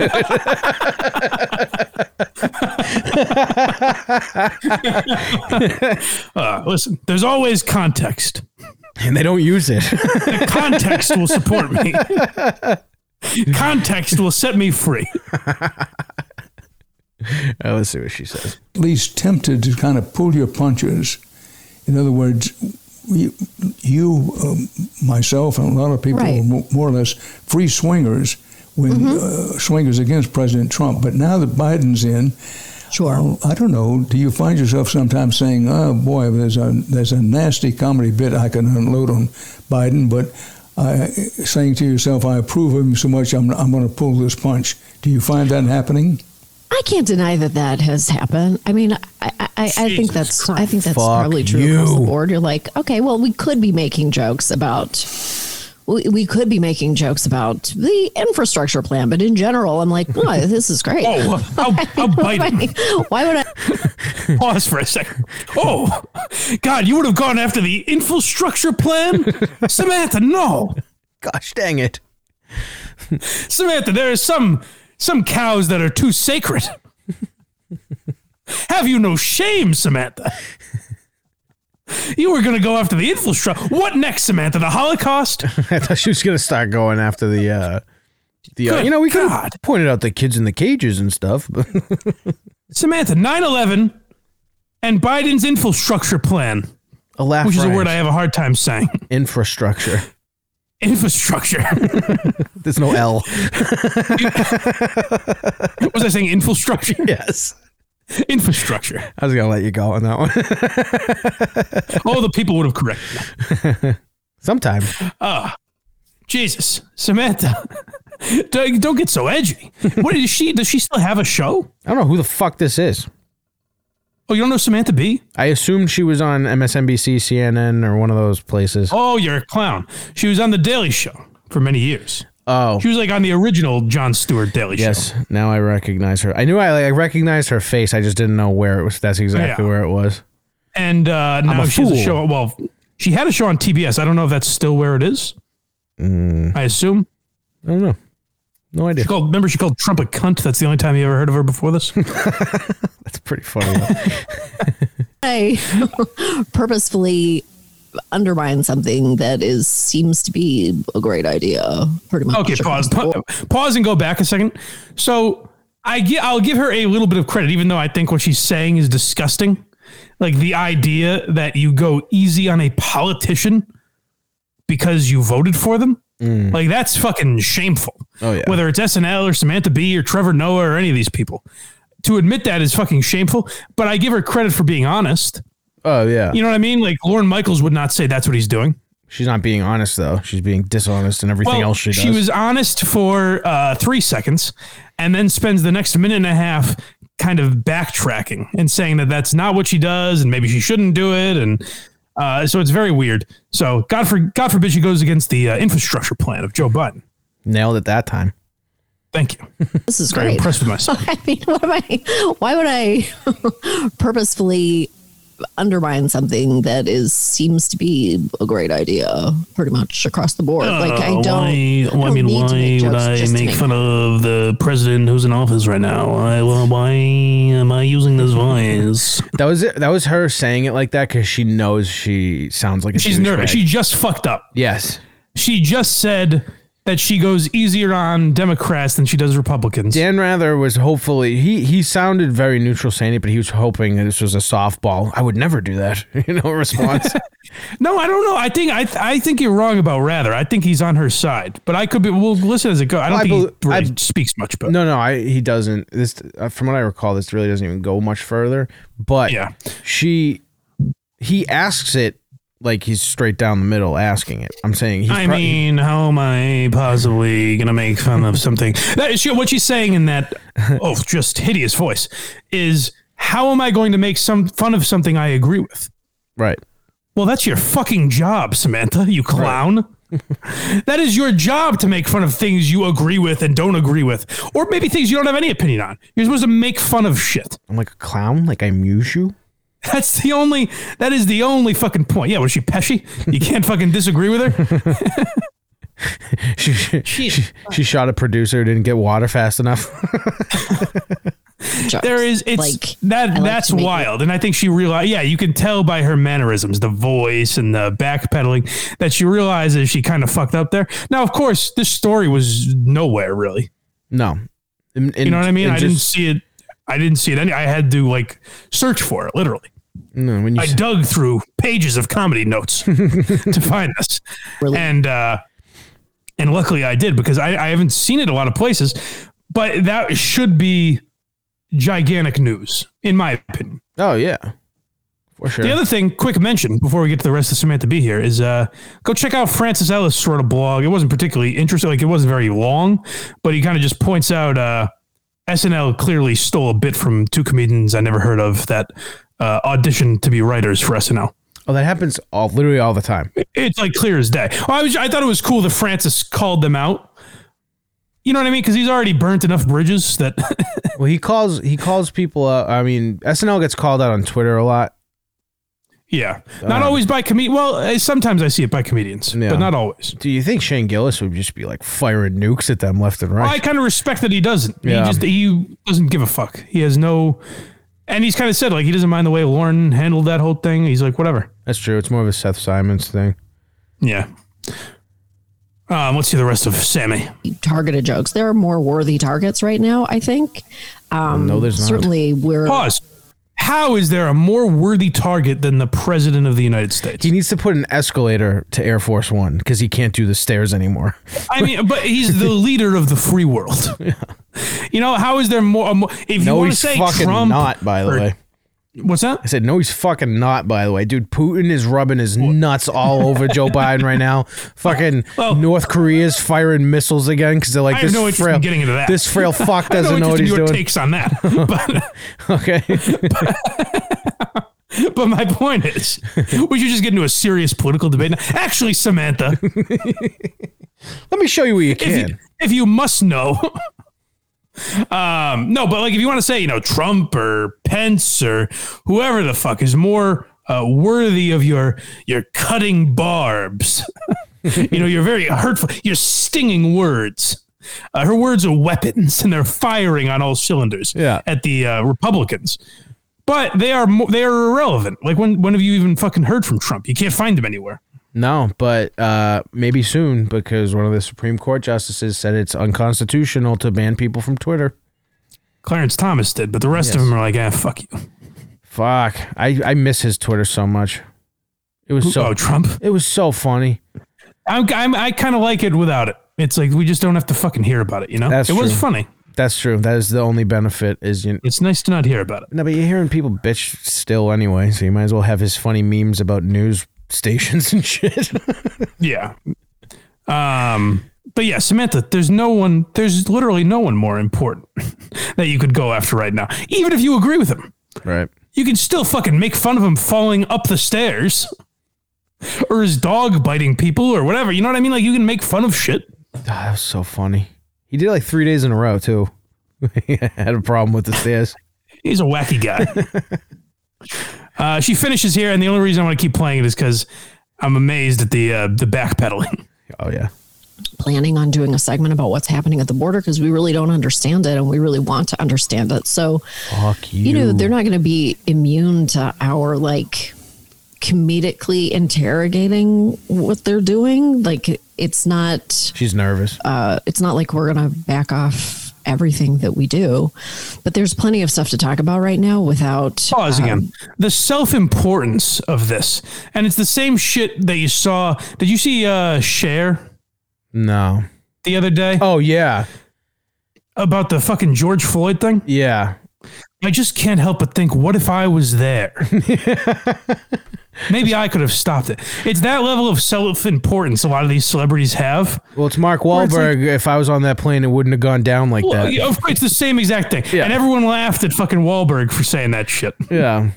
[SPEAKER 2] Uh, listen, there's always context.
[SPEAKER 1] and they don't use it.
[SPEAKER 2] Context will support me. Context will set me free.
[SPEAKER 1] Uh, let's see what she says.
[SPEAKER 6] at least tempted to kind of pull your punches. In other words, we, you, um, myself, and a lot of people
[SPEAKER 7] Right. Mm-hmm.
[SPEAKER 6] were mo- more or less free swingers when uh, swingers against President Trump. But now that Biden's in, uh,
[SPEAKER 7] Sure.
[SPEAKER 6] I don't know. Do you find yourself sometimes saying, "Oh boy, there's a there's a nasty comedy bit I can unload on Biden," but uh, saying to yourself, "I approve of him so much, I'm I'm going to pull this punch." Do you find that happening?
[SPEAKER 7] I can't deny that that has happened. I mean, I, I, I I think
[SPEAKER 2] Jesus
[SPEAKER 7] that's I think that's
[SPEAKER 1] Fuck
[SPEAKER 7] probably true across
[SPEAKER 1] you.
[SPEAKER 7] the board. You're like, okay, well, we could be making jokes about we, we could be making jokes about the infrastructure plan, but in general, I'm like, boy, this is great.
[SPEAKER 2] Oh, I'll, I'll bite him.
[SPEAKER 7] Why would I?
[SPEAKER 2] Pause for a second. Oh, God, you would have gone after the infrastructure plan? Samantha, no.
[SPEAKER 1] Gosh dang it.
[SPEAKER 2] Samantha, there are some some cows that are too sacred. Have you no shame, Samantha? You were going to go after the infrastructure. What next, Samantha? The Holocaust?
[SPEAKER 1] I thought she was gonna start going after the uh the uh,
[SPEAKER 2] Good
[SPEAKER 1] you know we could
[SPEAKER 2] God.
[SPEAKER 1] have pointed out the kids in the cages and stuff, but
[SPEAKER 2] Samantha, 9 11 and Biden's infrastructure plan,
[SPEAKER 1] a laugh
[SPEAKER 2] which is a
[SPEAKER 1] riot.
[SPEAKER 2] word I have a hard time saying.
[SPEAKER 1] infrastructure.
[SPEAKER 2] Infrastructure.
[SPEAKER 1] There's no L.
[SPEAKER 2] Was I saying infrastructure?
[SPEAKER 1] yes.
[SPEAKER 2] Infrastructure.
[SPEAKER 1] I was gonna let you go on that one.
[SPEAKER 2] Oh, the people would have corrected. me.
[SPEAKER 1] Sometime.
[SPEAKER 2] Jesus, Samantha, don't, don't get so edgy. What is she? Does she still have a show?
[SPEAKER 1] I don't know who the fuck this is.
[SPEAKER 2] Oh, you don't know Samantha B?
[SPEAKER 1] I assumed she was on MSNBC, CNN, or one of those places.
[SPEAKER 2] Oh, you're a clown. She was on the Daily Show for many years.
[SPEAKER 1] Oh.
[SPEAKER 2] She was like on the original John Stewart Daily Show.
[SPEAKER 1] Yes, now I recognize her. I knew I, like, I recognized her face. I just didn't know where it was. That's exactly
[SPEAKER 2] Yeah.
[SPEAKER 1] where it was.
[SPEAKER 2] And uh, now
[SPEAKER 1] a
[SPEAKER 2] she has a
[SPEAKER 1] fool.
[SPEAKER 2] show. Well, she had a show on TBS. I don't know if that's still where it is.
[SPEAKER 1] Mm.
[SPEAKER 2] I assume.
[SPEAKER 1] I don't know. No idea.
[SPEAKER 2] She called, remember, she called Trump a cunt. That's the only time you ever heard of her before this.
[SPEAKER 1] That's pretty funny. though.
[SPEAKER 7] I purposefully undermine something that is seems to be a great idea. Pretty much.
[SPEAKER 2] Okay, pause, pa- pause, and go back a second. So I gi- I'll give her a little bit of credit, even though I think what she's saying is disgusting. Like the idea that you go easy on a politician because you voted for them, like that's fucking shameful.
[SPEAKER 1] Mm. Oh, yeah.
[SPEAKER 2] Whether it's SNL or Samantha Bee or Trevor Noah or any of these people, to admit that is fucking shameful. But I give her credit for being honest.
[SPEAKER 1] oh yeah.
[SPEAKER 2] You know what I mean? Like Lauren Michaels would not say that's what he's doing.
[SPEAKER 1] She's not being honest though. She's being dishonest in everything else she does.
[SPEAKER 2] was honest for uh, three seconds and then spends the next minute and a half kind of backtracking and saying that that's not what she does and maybe she shouldn't do it. And uh, so it's very weird. So God, for, God forbid she goes against the uh, infrastructure plan of Joe Biden.
[SPEAKER 1] nailed it that time.
[SPEAKER 2] Thank you.
[SPEAKER 7] This is
[SPEAKER 2] Very
[SPEAKER 7] great.
[SPEAKER 2] impressed with myself.
[SPEAKER 7] I mean, what am I? Why would I purposefully undermine something that is seems to be a great idea? Pretty much across the board. like I
[SPEAKER 2] Uh,
[SPEAKER 7] don't.
[SPEAKER 2] why-
[SPEAKER 7] I
[SPEAKER 2] well, I
[SPEAKER 7] don't
[SPEAKER 2] mean,
[SPEAKER 7] need to
[SPEAKER 2] why
[SPEAKER 7] make
[SPEAKER 2] would
[SPEAKER 7] jokes
[SPEAKER 2] I
[SPEAKER 7] just to
[SPEAKER 2] make fun of the president who's in office right now? I, well, why am I using this voice?
[SPEAKER 1] That was it. That was her saying it like that because she knows she sounds like a
[SPEAKER 2] She's
[SPEAKER 1] douchebag.
[SPEAKER 2] nervous. She just fucked up.
[SPEAKER 1] yes.
[SPEAKER 2] she just said that she goes easier on Democrats than she does Republicans.
[SPEAKER 1] Dan Rather was hopefully he he sounded very neutral saying it, but he was hoping that this was a softball. I would never do that. You know, response.
[SPEAKER 2] No, I don't know. I think I I think you're wrong about Rather. I think he's on her side, but I could be. We'll listen as it goes. I don't
[SPEAKER 1] I
[SPEAKER 2] think
[SPEAKER 1] bel-
[SPEAKER 2] he really
[SPEAKER 1] I-
[SPEAKER 2] speaks much, but
[SPEAKER 1] no, no, I he doesn't. This uh, from what I recall, this really doesn't even go much further. But
[SPEAKER 2] Yeah.
[SPEAKER 1] she he asks it like he's straight down the middle asking it. I'm saying he's
[SPEAKER 2] I
[SPEAKER 1] pro-
[SPEAKER 2] mean, how am I possibly gonna make fun of something? That is, what she's saying in that oh, just hideous voice is how am I going to make some fun of something I agree with?
[SPEAKER 1] right.
[SPEAKER 2] Well, that's your fucking job, Samantha, you clown. that is your job to make fun of things you agree with and don't agree with, or maybe things you don't have any opinion on. You're supposed to make fun of shit.
[SPEAKER 1] I'm like a clown. Like I amuse you.
[SPEAKER 2] That's the only. That is the only fucking point. Yeah, was she Pesci? You can't fucking disagree with her.
[SPEAKER 1] She she, she she shot a producer. Didn't get water fast enough.
[SPEAKER 7] make jokes.
[SPEAKER 2] There is. It's
[SPEAKER 7] like
[SPEAKER 2] that.
[SPEAKER 7] I like
[SPEAKER 2] that's
[SPEAKER 7] to make-
[SPEAKER 2] wild, and I think she realized. Yeah, you can tell by her mannerisms, the voice, and the backpedaling that she realizes she kind of fucked up there. Now, of course, this story was nowhere really.
[SPEAKER 1] no. And- and-
[SPEAKER 2] You know what I mean?
[SPEAKER 1] and
[SPEAKER 2] I didn't
[SPEAKER 1] just-
[SPEAKER 2] see it. I didn't see it. Any, I had to like search for it. Literally,
[SPEAKER 1] No, when you
[SPEAKER 2] I
[SPEAKER 1] s-
[SPEAKER 2] dug through pages of comedy notes to find this, and uh, and luckily I did because I, I haven't seen it a lot of places. But that should be gigantic news, in my opinion.
[SPEAKER 1] Oh yeah, for sure.
[SPEAKER 2] The other thing, quick mention before we get to the rest of Samantha B here is uh, go check out Francis Ellis wrote a blog. It wasn't particularly interesting, like it wasn't very long, but he kind of just points out uh, SNL clearly stole a bit from two comedians I never heard of that uh, auditioned to be writers for SNL.
[SPEAKER 1] oh, that happens all literally all the time.
[SPEAKER 2] It's like clear as day. Well, I was I thought it was cool that Francis called them out. You know what I mean? Because he's already burnt enough bridges that
[SPEAKER 1] Well, he calls he calls people. Out, I mean, SNL gets called out on Twitter a lot.
[SPEAKER 2] yeah, not always by comedians. Well, uh, sometimes I see it by comedians,
[SPEAKER 1] Yeah.
[SPEAKER 2] but not always.
[SPEAKER 1] Do you think Shane Gillis would just be like firing nukes at them left and
[SPEAKER 2] Well, I
[SPEAKER 1] right?
[SPEAKER 2] kind of respect that he doesn't.
[SPEAKER 1] Yeah.
[SPEAKER 2] He just he doesn't give a fuck. He has no, and he's kind of said like he doesn't mind the way Lauren handled that whole thing. He's like whatever.
[SPEAKER 1] That's true. It's more of a Seth Simons thing.
[SPEAKER 2] Yeah. Um, let's see the rest of Sammy.
[SPEAKER 7] targeted jokes. There are more worthy targets right now. I think. Um,
[SPEAKER 1] No, there's not.
[SPEAKER 7] certainly we're
[SPEAKER 2] Pause. How is there a more worthy target than the president of the United States?
[SPEAKER 1] He needs to put an escalator to Air Force One because he can't do the stairs anymore.
[SPEAKER 2] I mean, but he's the leader of the free world. You know, how is there more? a more- if you
[SPEAKER 1] No,
[SPEAKER 2] want to
[SPEAKER 1] he's
[SPEAKER 2] say
[SPEAKER 1] fucking
[SPEAKER 2] Trump,
[SPEAKER 1] not. By the
[SPEAKER 2] or-
[SPEAKER 1] way,
[SPEAKER 2] what's that?
[SPEAKER 1] I said no, he's fucking not. By the way, dude, Putin is rubbing his nuts all over Joe Biden right now. Fucking
[SPEAKER 2] Well-
[SPEAKER 1] North Korea's firing missiles again because they're like
[SPEAKER 2] I have
[SPEAKER 1] this
[SPEAKER 2] no interest
[SPEAKER 1] frail.
[SPEAKER 2] in getting into that.
[SPEAKER 1] This frail fuck
[SPEAKER 2] I have
[SPEAKER 1] doesn't
[SPEAKER 2] no
[SPEAKER 1] know what
[SPEAKER 2] interest in
[SPEAKER 1] he's
[SPEAKER 2] your
[SPEAKER 1] doing.
[SPEAKER 2] takes on that. But
[SPEAKER 1] Okay.
[SPEAKER 2] But my point is, we should just get into a serious political debate. Now. Actually, Samantha,
[SPEAKER 1] Let me show you where you
[SPEAKER 2] if
[SPEAKER 1] can.
[SPEAKER 2] you, if you must know. um, no, but like if you want to say, you know, Trump or Pence or whoever the fuck is more uh, worthy of your your cutting barbs, you know, your very hurtful, your stinging words. Uh, her words are weapons, and they're firing on all cylinders
[SPEAKER 1] Yeah.
[SPEAKER 2] at the uh, Republicans. But they are mo- they are irrelevant. Like when when have you even fucking heard from Trump? You can't find him anywhere.
[SPEAKER 1] No, but uh, maybe soon because one of the Supreme Court justices said it's unconstitutional to ban people from Twitter.
[SPEAKER 2] Clarence Thomas did, but the rest of
[SPEAKER 1] Yes.
[SPEAKER 2] them are like, ah, fuck you.
[SPEAKER 1] Fuck, I, I miss his Twitter so much. It was so
[SPEAKER 2] oh, Trump.
[SPEAKER 1] it was so funny.
[SPEAKER 2] I'm, I'm I kind of like it without it. It's like we just don't have to fucking hear about it, you know.
[SPEAKER 1] That's
[SPEAKER 2] it was
[SPEAKER 1] true.
[SPEAKER 2] funny.
[SPEAKER 1] That's true. That is the only benefit is you.
[SPEAKER 2] It's nice to not hear about it.
[SPEAKER 1] No, but you're hearing people bitch still anyway, so you might as well have his funny memes about news stations and shit.
[SPEAKER 2] Yeah. Um. But yeah, Samantha, there's no one. There's literally no one more important that you could go after right now. Even if you agree with him,
[SPEAKER 1] right.
[SPEAKER 2] you can still fucking make fun of him falling up the stairs, or his dog biting people, or whatever. You know what I mean? Like you can make fun of shit.
[SPEAKER 1] Ah, that was so funny. He did it like three days in a row too. had a problem with the stairs.
[SPEAKER 2] He's a wacky guy. uh, she finishes here, and the only reason I want to keep playing it is because I'm amazed at the uh, the backpedaling.
[SPEAKER 1] Oh yeah.
[SPEAKER 7] planning on doing a segment about what's happening at the border because we really don't understand it and we really want to understand it. So,
[SPEAKER 1] Fuck you.
[SPEAKER 7] you know, they're not going to be immune to our like comedically interrogating what they're doing. Like it's not
[SPEAKER 1] She's nervous.
[SPEAKER 7] uh, it's not like we're going to back off everything that we do. But there's plenty of stuff to talk about right now without
[SPEAKER 2] Pause again. The self importance of this, and it's the same shit that you saw. Did you see uh, Cher
[SPEAKER 1] no.
[SPEAKER 2] the other day
[SPEAKER 1] Oh yeah,
[SPEAKER 2] about the fucking George Floyd thing?
[SPEAKER 1] yeah.
[SPEAKER 2] I just can't help but think, what if I was there? Maybe I could have stopped it. It's that level of self importance a lot of these celebrities have.
[SPEAKER 1] Well, it's Mark
[SPEAKER 2] it's like-
[SPEAKER 1] Wahlberg. if I was on that plane, it wouldn't have gone down like
[SPEAKER 2] Well,
[SPEAKER 1] that.
[SPEAKER 2] yeah, of course, it's the same exact thing.
[SPEAKER 1] Yeah.
[SPEAKER 2] And everyone laughed at fucking Wahlberg for saying that shit.
[SPEAKER 1] Yeah,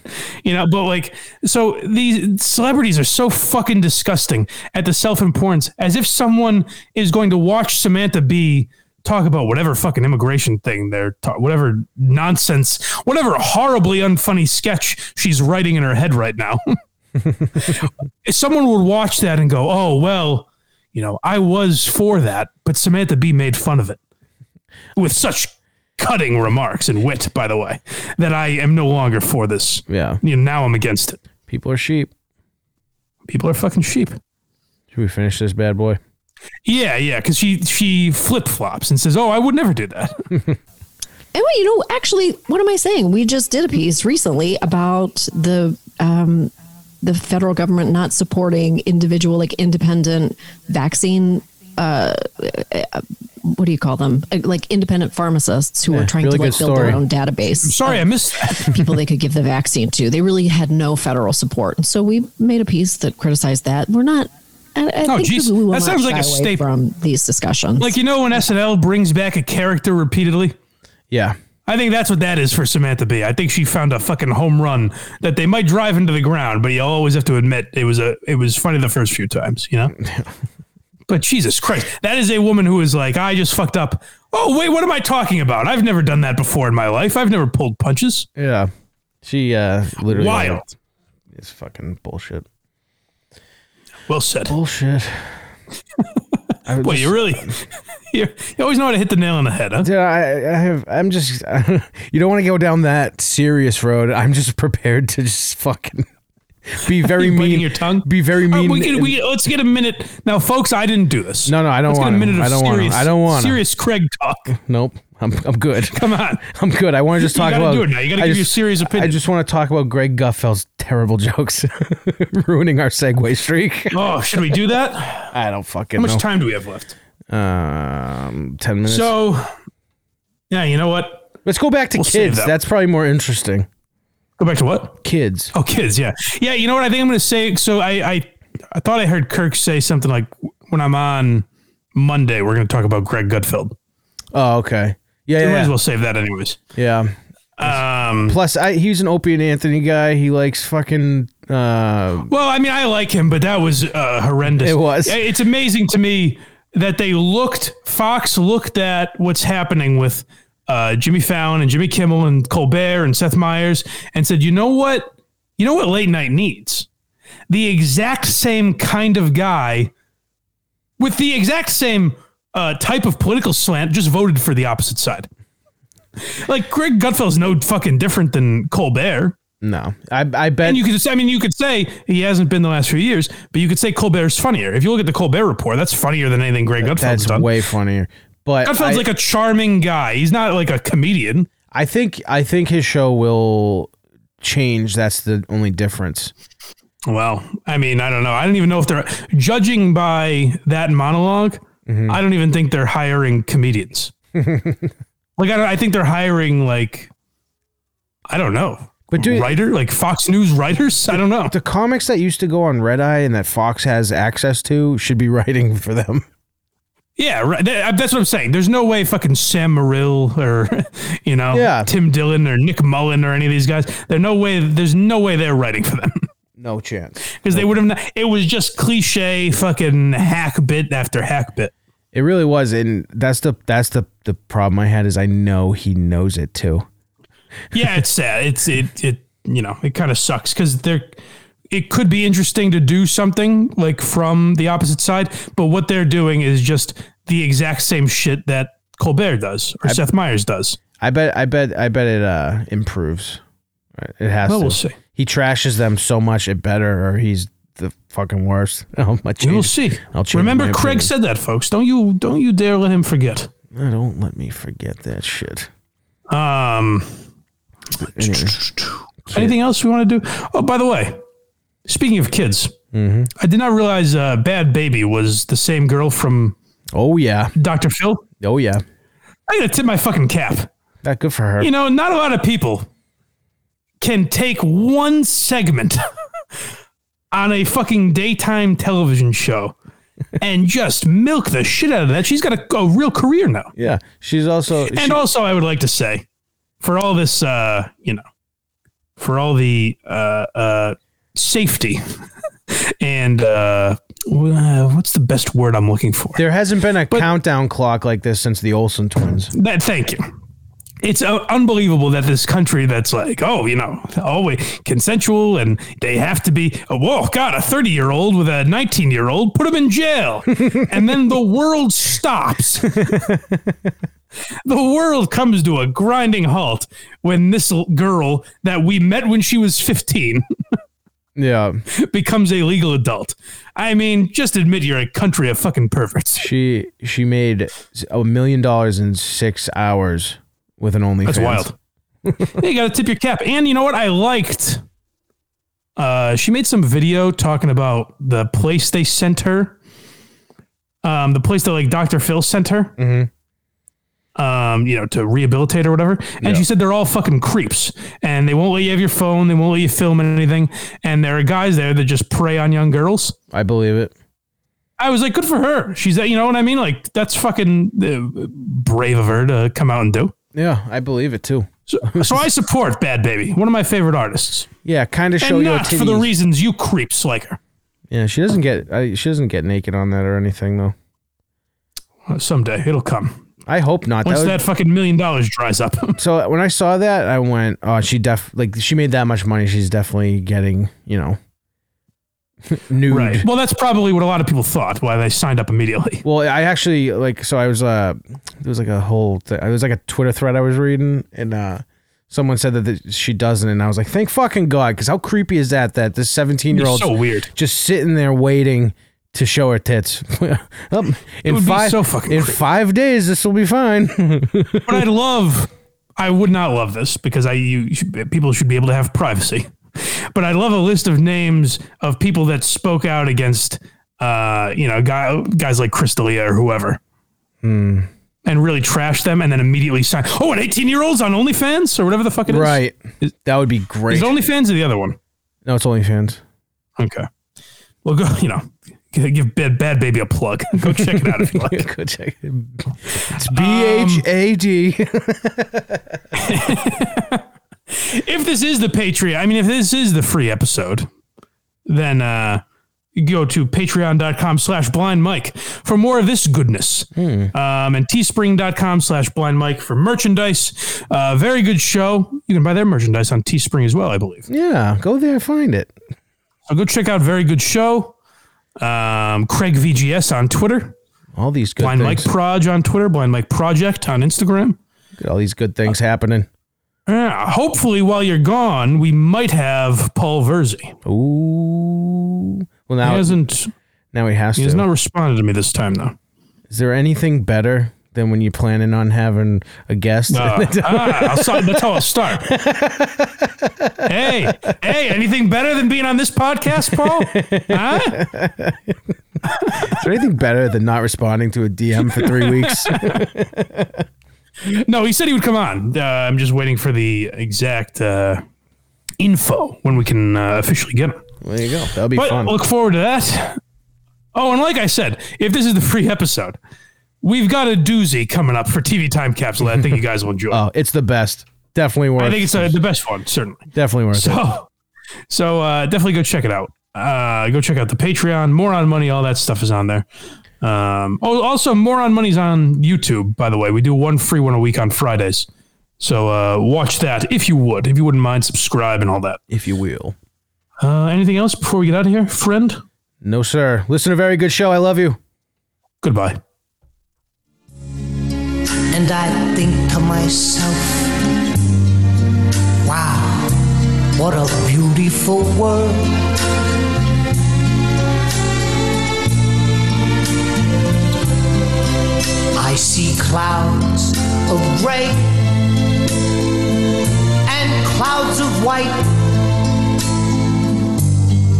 [SPEAKER 2] You know, but like, so these celebrities are so fucking disgusting at the self importance, as if someone is going to watch Samantha Bee talk about whatever fucking immigration thing they're ta- whatever nonsense, whatever horribly unfunny sketch she's writing in her head right now. If someone would watch that and go, oh, well, you know, I was for that, but Samantha Bee made fun of it with such cutting remarks and wit, by the way, that I am no longer for this
[SPEAKER 1] yeah.
[SPEAKER 2] you know, now I'm against it.
[SPEAKER 1] People are sheep.
[SPEAKER 2] People are fucking sheep.
[SPEAKER 1] Should we finish this bad boy?
[SPEAKER 2] Yeah, yeah, because she she flip flops and says, "Oh, I would never do that."
[SPEAKER 7] And wait, you know, actually, what am I saying? We just did a piece recently about the um, the federal government not supporting individual, like independent vaccine. Uh, uh, what do you call them? Uh, Like independent pharmacists who are trying
[SPEAKER 1] really
[SPEAKER 7] to like
[SPEAKER 1] good
[SPEAKER 7] build
[SPEAKER 1] story.
[SPEAKER 7] their own database.
[SPEAKER 2] Sorry, I
[SPEAKER 7] of
[SPEAKER 2] missed. That.
[SPEAKER 7] people they could give the vaccine to. They really had no federal support, and so we made a piece that criticized that. We're not. I, I
[SPEAKER 2] Oh,
[SPEAKER 7] think
[SPEAKER 2] geez.
[SPEAKER 7] we will
[SPEAKER 2] That
[SPEAKER 7] not
[SPEAKER 2] sounds
[SPEAKER 7] shy
[SPEAKER 2] like a
[SPEAKER 7] away
[SPEAKER 2] staple.
[SPEAKER 7] from these discussions.
[SPEAKER 2] Like you know, when SNL brings back a character repeatedly,
[SPEAKER 1] Yeah.
[SPEAKER 2] I think that's what that is for Samantha Bee. I think she found a fucking home run that they might drive into the ground, but you always have to admit it was a it was funny the first few times, you know. But Jesus Christ, that is a woman who is like, I just fucked up. Oh wait, what am I talking about? I've never done that before in my life. I've never pulled punches.
[SPEAKER 1] Yeah. She uh literally
[SPEAKER 2] Wild.
[SPEAKER 1] It's fucking bullshit.
[SPEAKER 2] Well said.
[SPEAKER 1] Bullshit. I would
[SPEAKER 2] Boy,
[SPEAKER 1] just-
[SPEAKER 2] you really, you you always know how to hit the nail on the head, huh?
[SPEAKER 1] Dude, I, I have. I'm just. you don't want to go down that serious road. I'm just prepared to just fucking be very
[SPEAKER 2] You biting
[SPEAKER 1] mean.
[SPEAKER 2] your tongue?
[SPEAKER 1] Be very
[SPEAKER 2] All
[SPEAKER 1] mean.
[SPEAKER 2] right, Oh, we can, we, let's get a minute now, folks. I didn't do this.
[SPEAKER 1] No, no, I don't
[SPEAKER 2] Let's
[SPEAKER 1] want
[SPEAKER 2] get a
[SPEAKER 1] to.
[SPEAKER 2] minute of
[SPEAKER 1] I don't want to.
[SPEAKER 2] serious,
[SPEAKER 1] I don't want to.
[SPEAKER 2] serious Craig talk.
[SPEAKER 1] Nope. I'm. I'm good.
[SPEAKER 2] Come on,
[SPEAKER 1] I'm good. I want to just talk
[SPEAKER 2] gotta
[SPEAKER 1] about.
[SPEAKER 2] do it now. You gotta
[SPEAKER 1] I
[SPEAKER 2] give your
[SPEAKER 1] just-
[SPEAKER 2] serious opinion.
[SPEAKER 1] I just want to talk about Greg Gutfeld's terrible jokes, ruining our segue streak.
[SPEAKER 2] oh, should we do that? How
[SPEAKER 1] I don't fucking
[SPEAKER 2] much
[SPEAKER 1] know.
[SPEAKER 2] time do we have left?
[SPEAKER 1] Um, ten minutes.
[SPEAKER 2] So, yeah, you know what?
[SPEAKER 1] let's go back to
[SPEAKER 2] save
[SPEAKER 1] kids.
[SPEAKER 2] that.
[SPEAKER 1] That's probably more interesting.
[SPEAKER 2] Go back to what?
[SPEAKER 1] Kids.
[SPEAKER 2] Oh, kids. Yeah, yeah. You know what? I think I'm going to say. So I, I, I thought I heard Kirk say something like, "When I'm on Monday, we're going to talk about Greg Gutfeld."
[SPEAKER 1] Oh, okay. Yeah,
[SPEAKER 2] We might
[SPEAKER 1] yeah,
[SPEAKER 2] as well save that, anyways.
[SPEAKER 1] yeah.
[SPEAKER 2] Um,
[SPEAKER 1] Plus, I, he's an Opie and Anthony guy. He likes fucking. Uh,
[SPEAKER 2] Well, I mean, I like him, but that was uh, horrendous.
[SPEAKER 1] It was.
[SPEAKER 2] It's amazing to me that they looked Fox looked at what's happening with uh, Jimmy Fallon and Jimmy Kimmel and Colbert and Seth Meyers and said, you know what, you know what late night needs the exact same kind of guy with the exact same uh, type of political slant, just voted for the opposite side. Like Greg Gutfeld's no fucking different than Colbert.
[SPEAKER 1] No, I I bet
[SPEAKER 2] And you could just, I mean, you could say he hasn't been the last few years, but you could say Colbert's funnier. If you look at the Colbert report, that's funnier than anything Greg Gutfeld's
[SPEAKER 1] that's
[SPEAKER 2] done.
[SPEAKER 1] way funnier. But
[SPEAKER 2] Gutfeld's
[SPEAKER 1] I-
[SPEAKER 2] like a charming guy. He's not like a comedian.
[SPEAKER 1] I think I think his show will change. That's the only difference.
[SPEAKER 2] Well, I mean, I don't know. I don't even know if they're judging by that monolog
[SPEAKER 1] Mm-hmm.
[SPEAKER 2] I don't even think they're hiring comedians. like, I, don't, I think they're hiring like, I don't know,
[SPEAKER 1] But do
[SPEAKER 2] writer like Fox News writers. I don't know.
[SPEAKER 1] the comics that used to go on Red Eye and that Fox has access to should be writing for them.
[SPEAKER 2] Yeah, right. That- that's what I'm saying. There's no way fucking Sam Morril or you know
[SPEAKER 1] Yeah.
[SPEAKER 2] Tim Dillon or Nick Mullen or any of these guys. There's no way. There's no way they're writing for them.
[SPEAKER 1] No chance.
[SPEAKER 2] Because they would have. not It was just cliche, fucking hack bit after hack bit.
[SPEAKER 1] It really was, and that's the that's the the problem I had is I know he knows it too.
[SPEAKER 2] yeah, it's sad. It's it it you know it kind of sucks because they're it could be interesting to do something like from the opposite side, but what they're doing is just the exact same shit that Colbert does or Seth Meyers does.
[SPEAKER 1] I bet I bet I bet it uh improves. It has
[SPEAKER 2] Well,
[SPEAKER 1] to.
[SPEAKER 2] we'll see.
[SPEAKER 1] He trashes them so much it better or he's the fucking worst. Oh my
[SPEAKER 2] We'll
[SPEAKER 1] change-
[SPEAKER 2] see.
[SPEAKER 1] I'll change
[SPEAKER 2] Remember,
[SPEAKER 1] my
[SPEAKER 2] Craig
[SPEAKER 1] opinion.
[SPEAKER 2] said that, folks. Don't you don't you dare let him forget.
[SPEAKER 1] Oh, don't let me forget that shit.
[SPEAKER 2] Um,
[SPEAKER 1] Anyway.
[SPEAKER 2] anything else we want to do? Oh, by the way, speaking of kids,
[SPEAKER 1] Mm-hmm.
[SPEAKER 2] I did not realize uh, Bad Baby was the same girl from
[SPEAKER 1] Oh yeah.
[SPEAKER 2] Doctor Phil.
[SPEAKER 1] Oh yeah.
[SPEAKER 2] I gotta tip my fucking cap.
[SPEAKER 1] That good for her.
[SPEAKER 2] you know, not a lot of people can take one segment on a fucking daytime television show and just milk the shit out of that. She's got a, a real career now.
[SPEAKER 1] yeah. She's also she-
[SPEAKER 2] And also, I would like to say, for all this, uh, you know, for all the uh, uh, safety and uh, wh- uh, what's the best word I'm looking for?
[SPEAKER 1] there hasn't been a countdown clock like this since the Olsen twins.
[SPEAKER 2] That, thank you. It's uh, unbelievable that this country that's like, oh, you know, always consensual and they have to be, oh, whoa, God, a 30 year old with a 19 year old, put him in jail. and then the world stops. the world comes to a grinding halt when this l- girl that we met when she was 15
[SPEAKER 1] Yeah.
[SPEAKER 2] becomes a legal adult. I mean, just admit you're a country of fucking perverts.
[SPEAKER 1] She she made a million dollars in six hours with an OnlyFans.
[SPEAKER 2] That's wild. Yeah, you got to tip your cap. And you know what? I liked. Uh, she made some video talking about the place they sent her. Um, the place that like Dr. Phil sent her. Um, you know, to rehabilitate or whatever. And she said they're all fucking creeps, and they won't let you have your phone. They won't let you film anything. And there are guys there that just prey on young girls.
[SPEAKER 1] I believe it.
[SPEAKER 2] I was like, good for her. She's, you know what I mean? Like that's fucking uh, brave of her to come out and do.
[SPEAKER 1] Yeah, I believe it too.
[SPEAKER 2] So, so I support Bad Baby, one of my favorite artists,
[SPEAKER 1] Yeah, kind of show
[SPEAKER 2] and
[SPEAKER 1] your
[SPEAKER 2] not
[SPEAKER 1] titties.
[SPEAKER 2] for the reasons you creeps like her.
[SPEAKER 1] yeah, she doesn't get I, she doesn't get naked on that or anything though.
[SPEAKER 2] Uh, Someday it'll come
[SPEAKER 1] I hope not.
[SPEAKER 2] once
[SPEAKER 1] would-
[SPEAKER 2] that fucking million dollars dries up.
[SPEAKER 1] so when I saw that, I went, "Oh, she def like she made that much money. She's definitely getting you know nude."
[SPEAKER 2] right. Well, that's probably what a lot of people thought why they signed up immediately.
[SPEAKER 1] Well, I actually like so I was uh there was like a whole th- it was like a Twitter thread I was reading and uh someone said that th- she doesn't and I was like thank fucking god cuz how creepy is that that this 17 year
[SPEAKER 2] It's
[SPEAKER 1] old
[SPEAKER 2] so weird.
[SPEAKER 1] just sitting there waiting to show her tits. um, in
[SPEAKER 2] would be
[SPEAKER 1] five
[SPEAKER 2] so fucking
[SPEAKER 1] in
[SPEAKER 2] creepy.
[SPEAKER 1] 5 days this will be fine.
[SPEAKER 2] But I love, I would not love this because I you, you should, people should be able to have privacy. But I love a list of names of people that spoke out against, uh, you know, guy, guys like Crystalia or whoever, and really trashed them, and then immediately signed. Oh, an eighteen-year-old's on OnlyFans or whatever the fuck it is.
[SPEAKER 1] right. That would be great.
[SPEAKER 2] Is it OnlyFans or the other one?
[SPEAKER 1] no, it's OnlyFans.
[SPEAKER 2] Okay. Well, go. You know, g- give bad, bad baby a plug. Go check it out if you like.
[SPEAKER 1] Go check it. It's B H A D.
[SPEAKER 2] Um, if this is the Patreon, I mean, if this is the free episode, then uh, go to patreon.com slash blind mike for more of this goodness um, and teespring.com slash blind mike for merchandise uh, very good show you can buy their merchandise on teespring as well i believe
[SPEAKER 1] Yeah, go there, find it.
[SPEAKER 2] so go check out very good show um, craig vgs on twitter
[SPEAKER 1] All these good
[SPEAKER 2] blind mike
[SPEAKER 1] things.
[SPEAKER 2] proj on twitter blind mike project on instagram
[SPEAKER 1] Look at all these good things happening.
[SPEAKER 2] yeah, hopefully while you're gone we might have paul verzi
[SPEAKER 1] Ooh. Well,
[SPEAKER 2] he
[SPEAKER 1] now
[SPEAKER 2] hasn't
[SPEAKER 1] now he has
[SPEAKER 2] he
[SPEAKER 1] to.
[SPEAKER 2] has not responded to me this time though
[SPEAKER 1] Is there anything better than when you're planning on having a guest?
[SPEAKER 2] Uh, ah, I'll start, that's how I'll start. hey, hey, anything better than being on this podcast, Paul? Huh?
[SPEAKER 1] Is there anything better than not responding to a DM for three weeks?
[SPEAKER 2] No, he said he would come on. Uh, I'm just waiting for the exact uh, info when we can uh, officially get him.
[SPEAKER 1] there you go. That'll be
[SPEAKER 2] But
[SPEAKER 1] fun.
[SPEAKER 2] look forward to that. Oh, and like I said, if this is the free episode, we've got a doozy coming up for TV Time Capsule. that I think you guys will enjoy.
[SPEAKER 1] oh, it's the best. Definitely worth.
[SPEAKER 2] I think it's uh, the best one, certainly.
[SPEAKER 1] definitely worth it.
[SPEAKER 2] So, so uh, definitely go check it out. Uh, go check out the Patreon. More on money, all that stuff is on there. Um, oh, also, more on money's on YouTube. By the way, we do one free one a week on Fridays. So uh, watch that if you would, if you wouldn't mind, subscribe and all that.
[SPEAKER 1] If you will.
[SPEAKER 2] Uh, anything else before we get out of here, friend?
[SPEAKER 1] No, sir. Listen to a very good show. I love you.
[SPEAKER 2] Goodbye.
[SPEAKER 8] And I think to myself, wow, what a beautiful world. I see clouds of gray and clouds of white.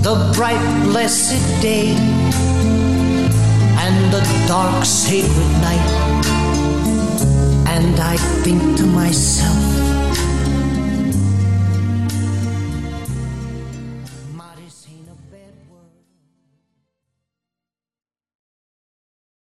[SPEAKER 8] The bright, blessed day and the dark, sacred night. And I think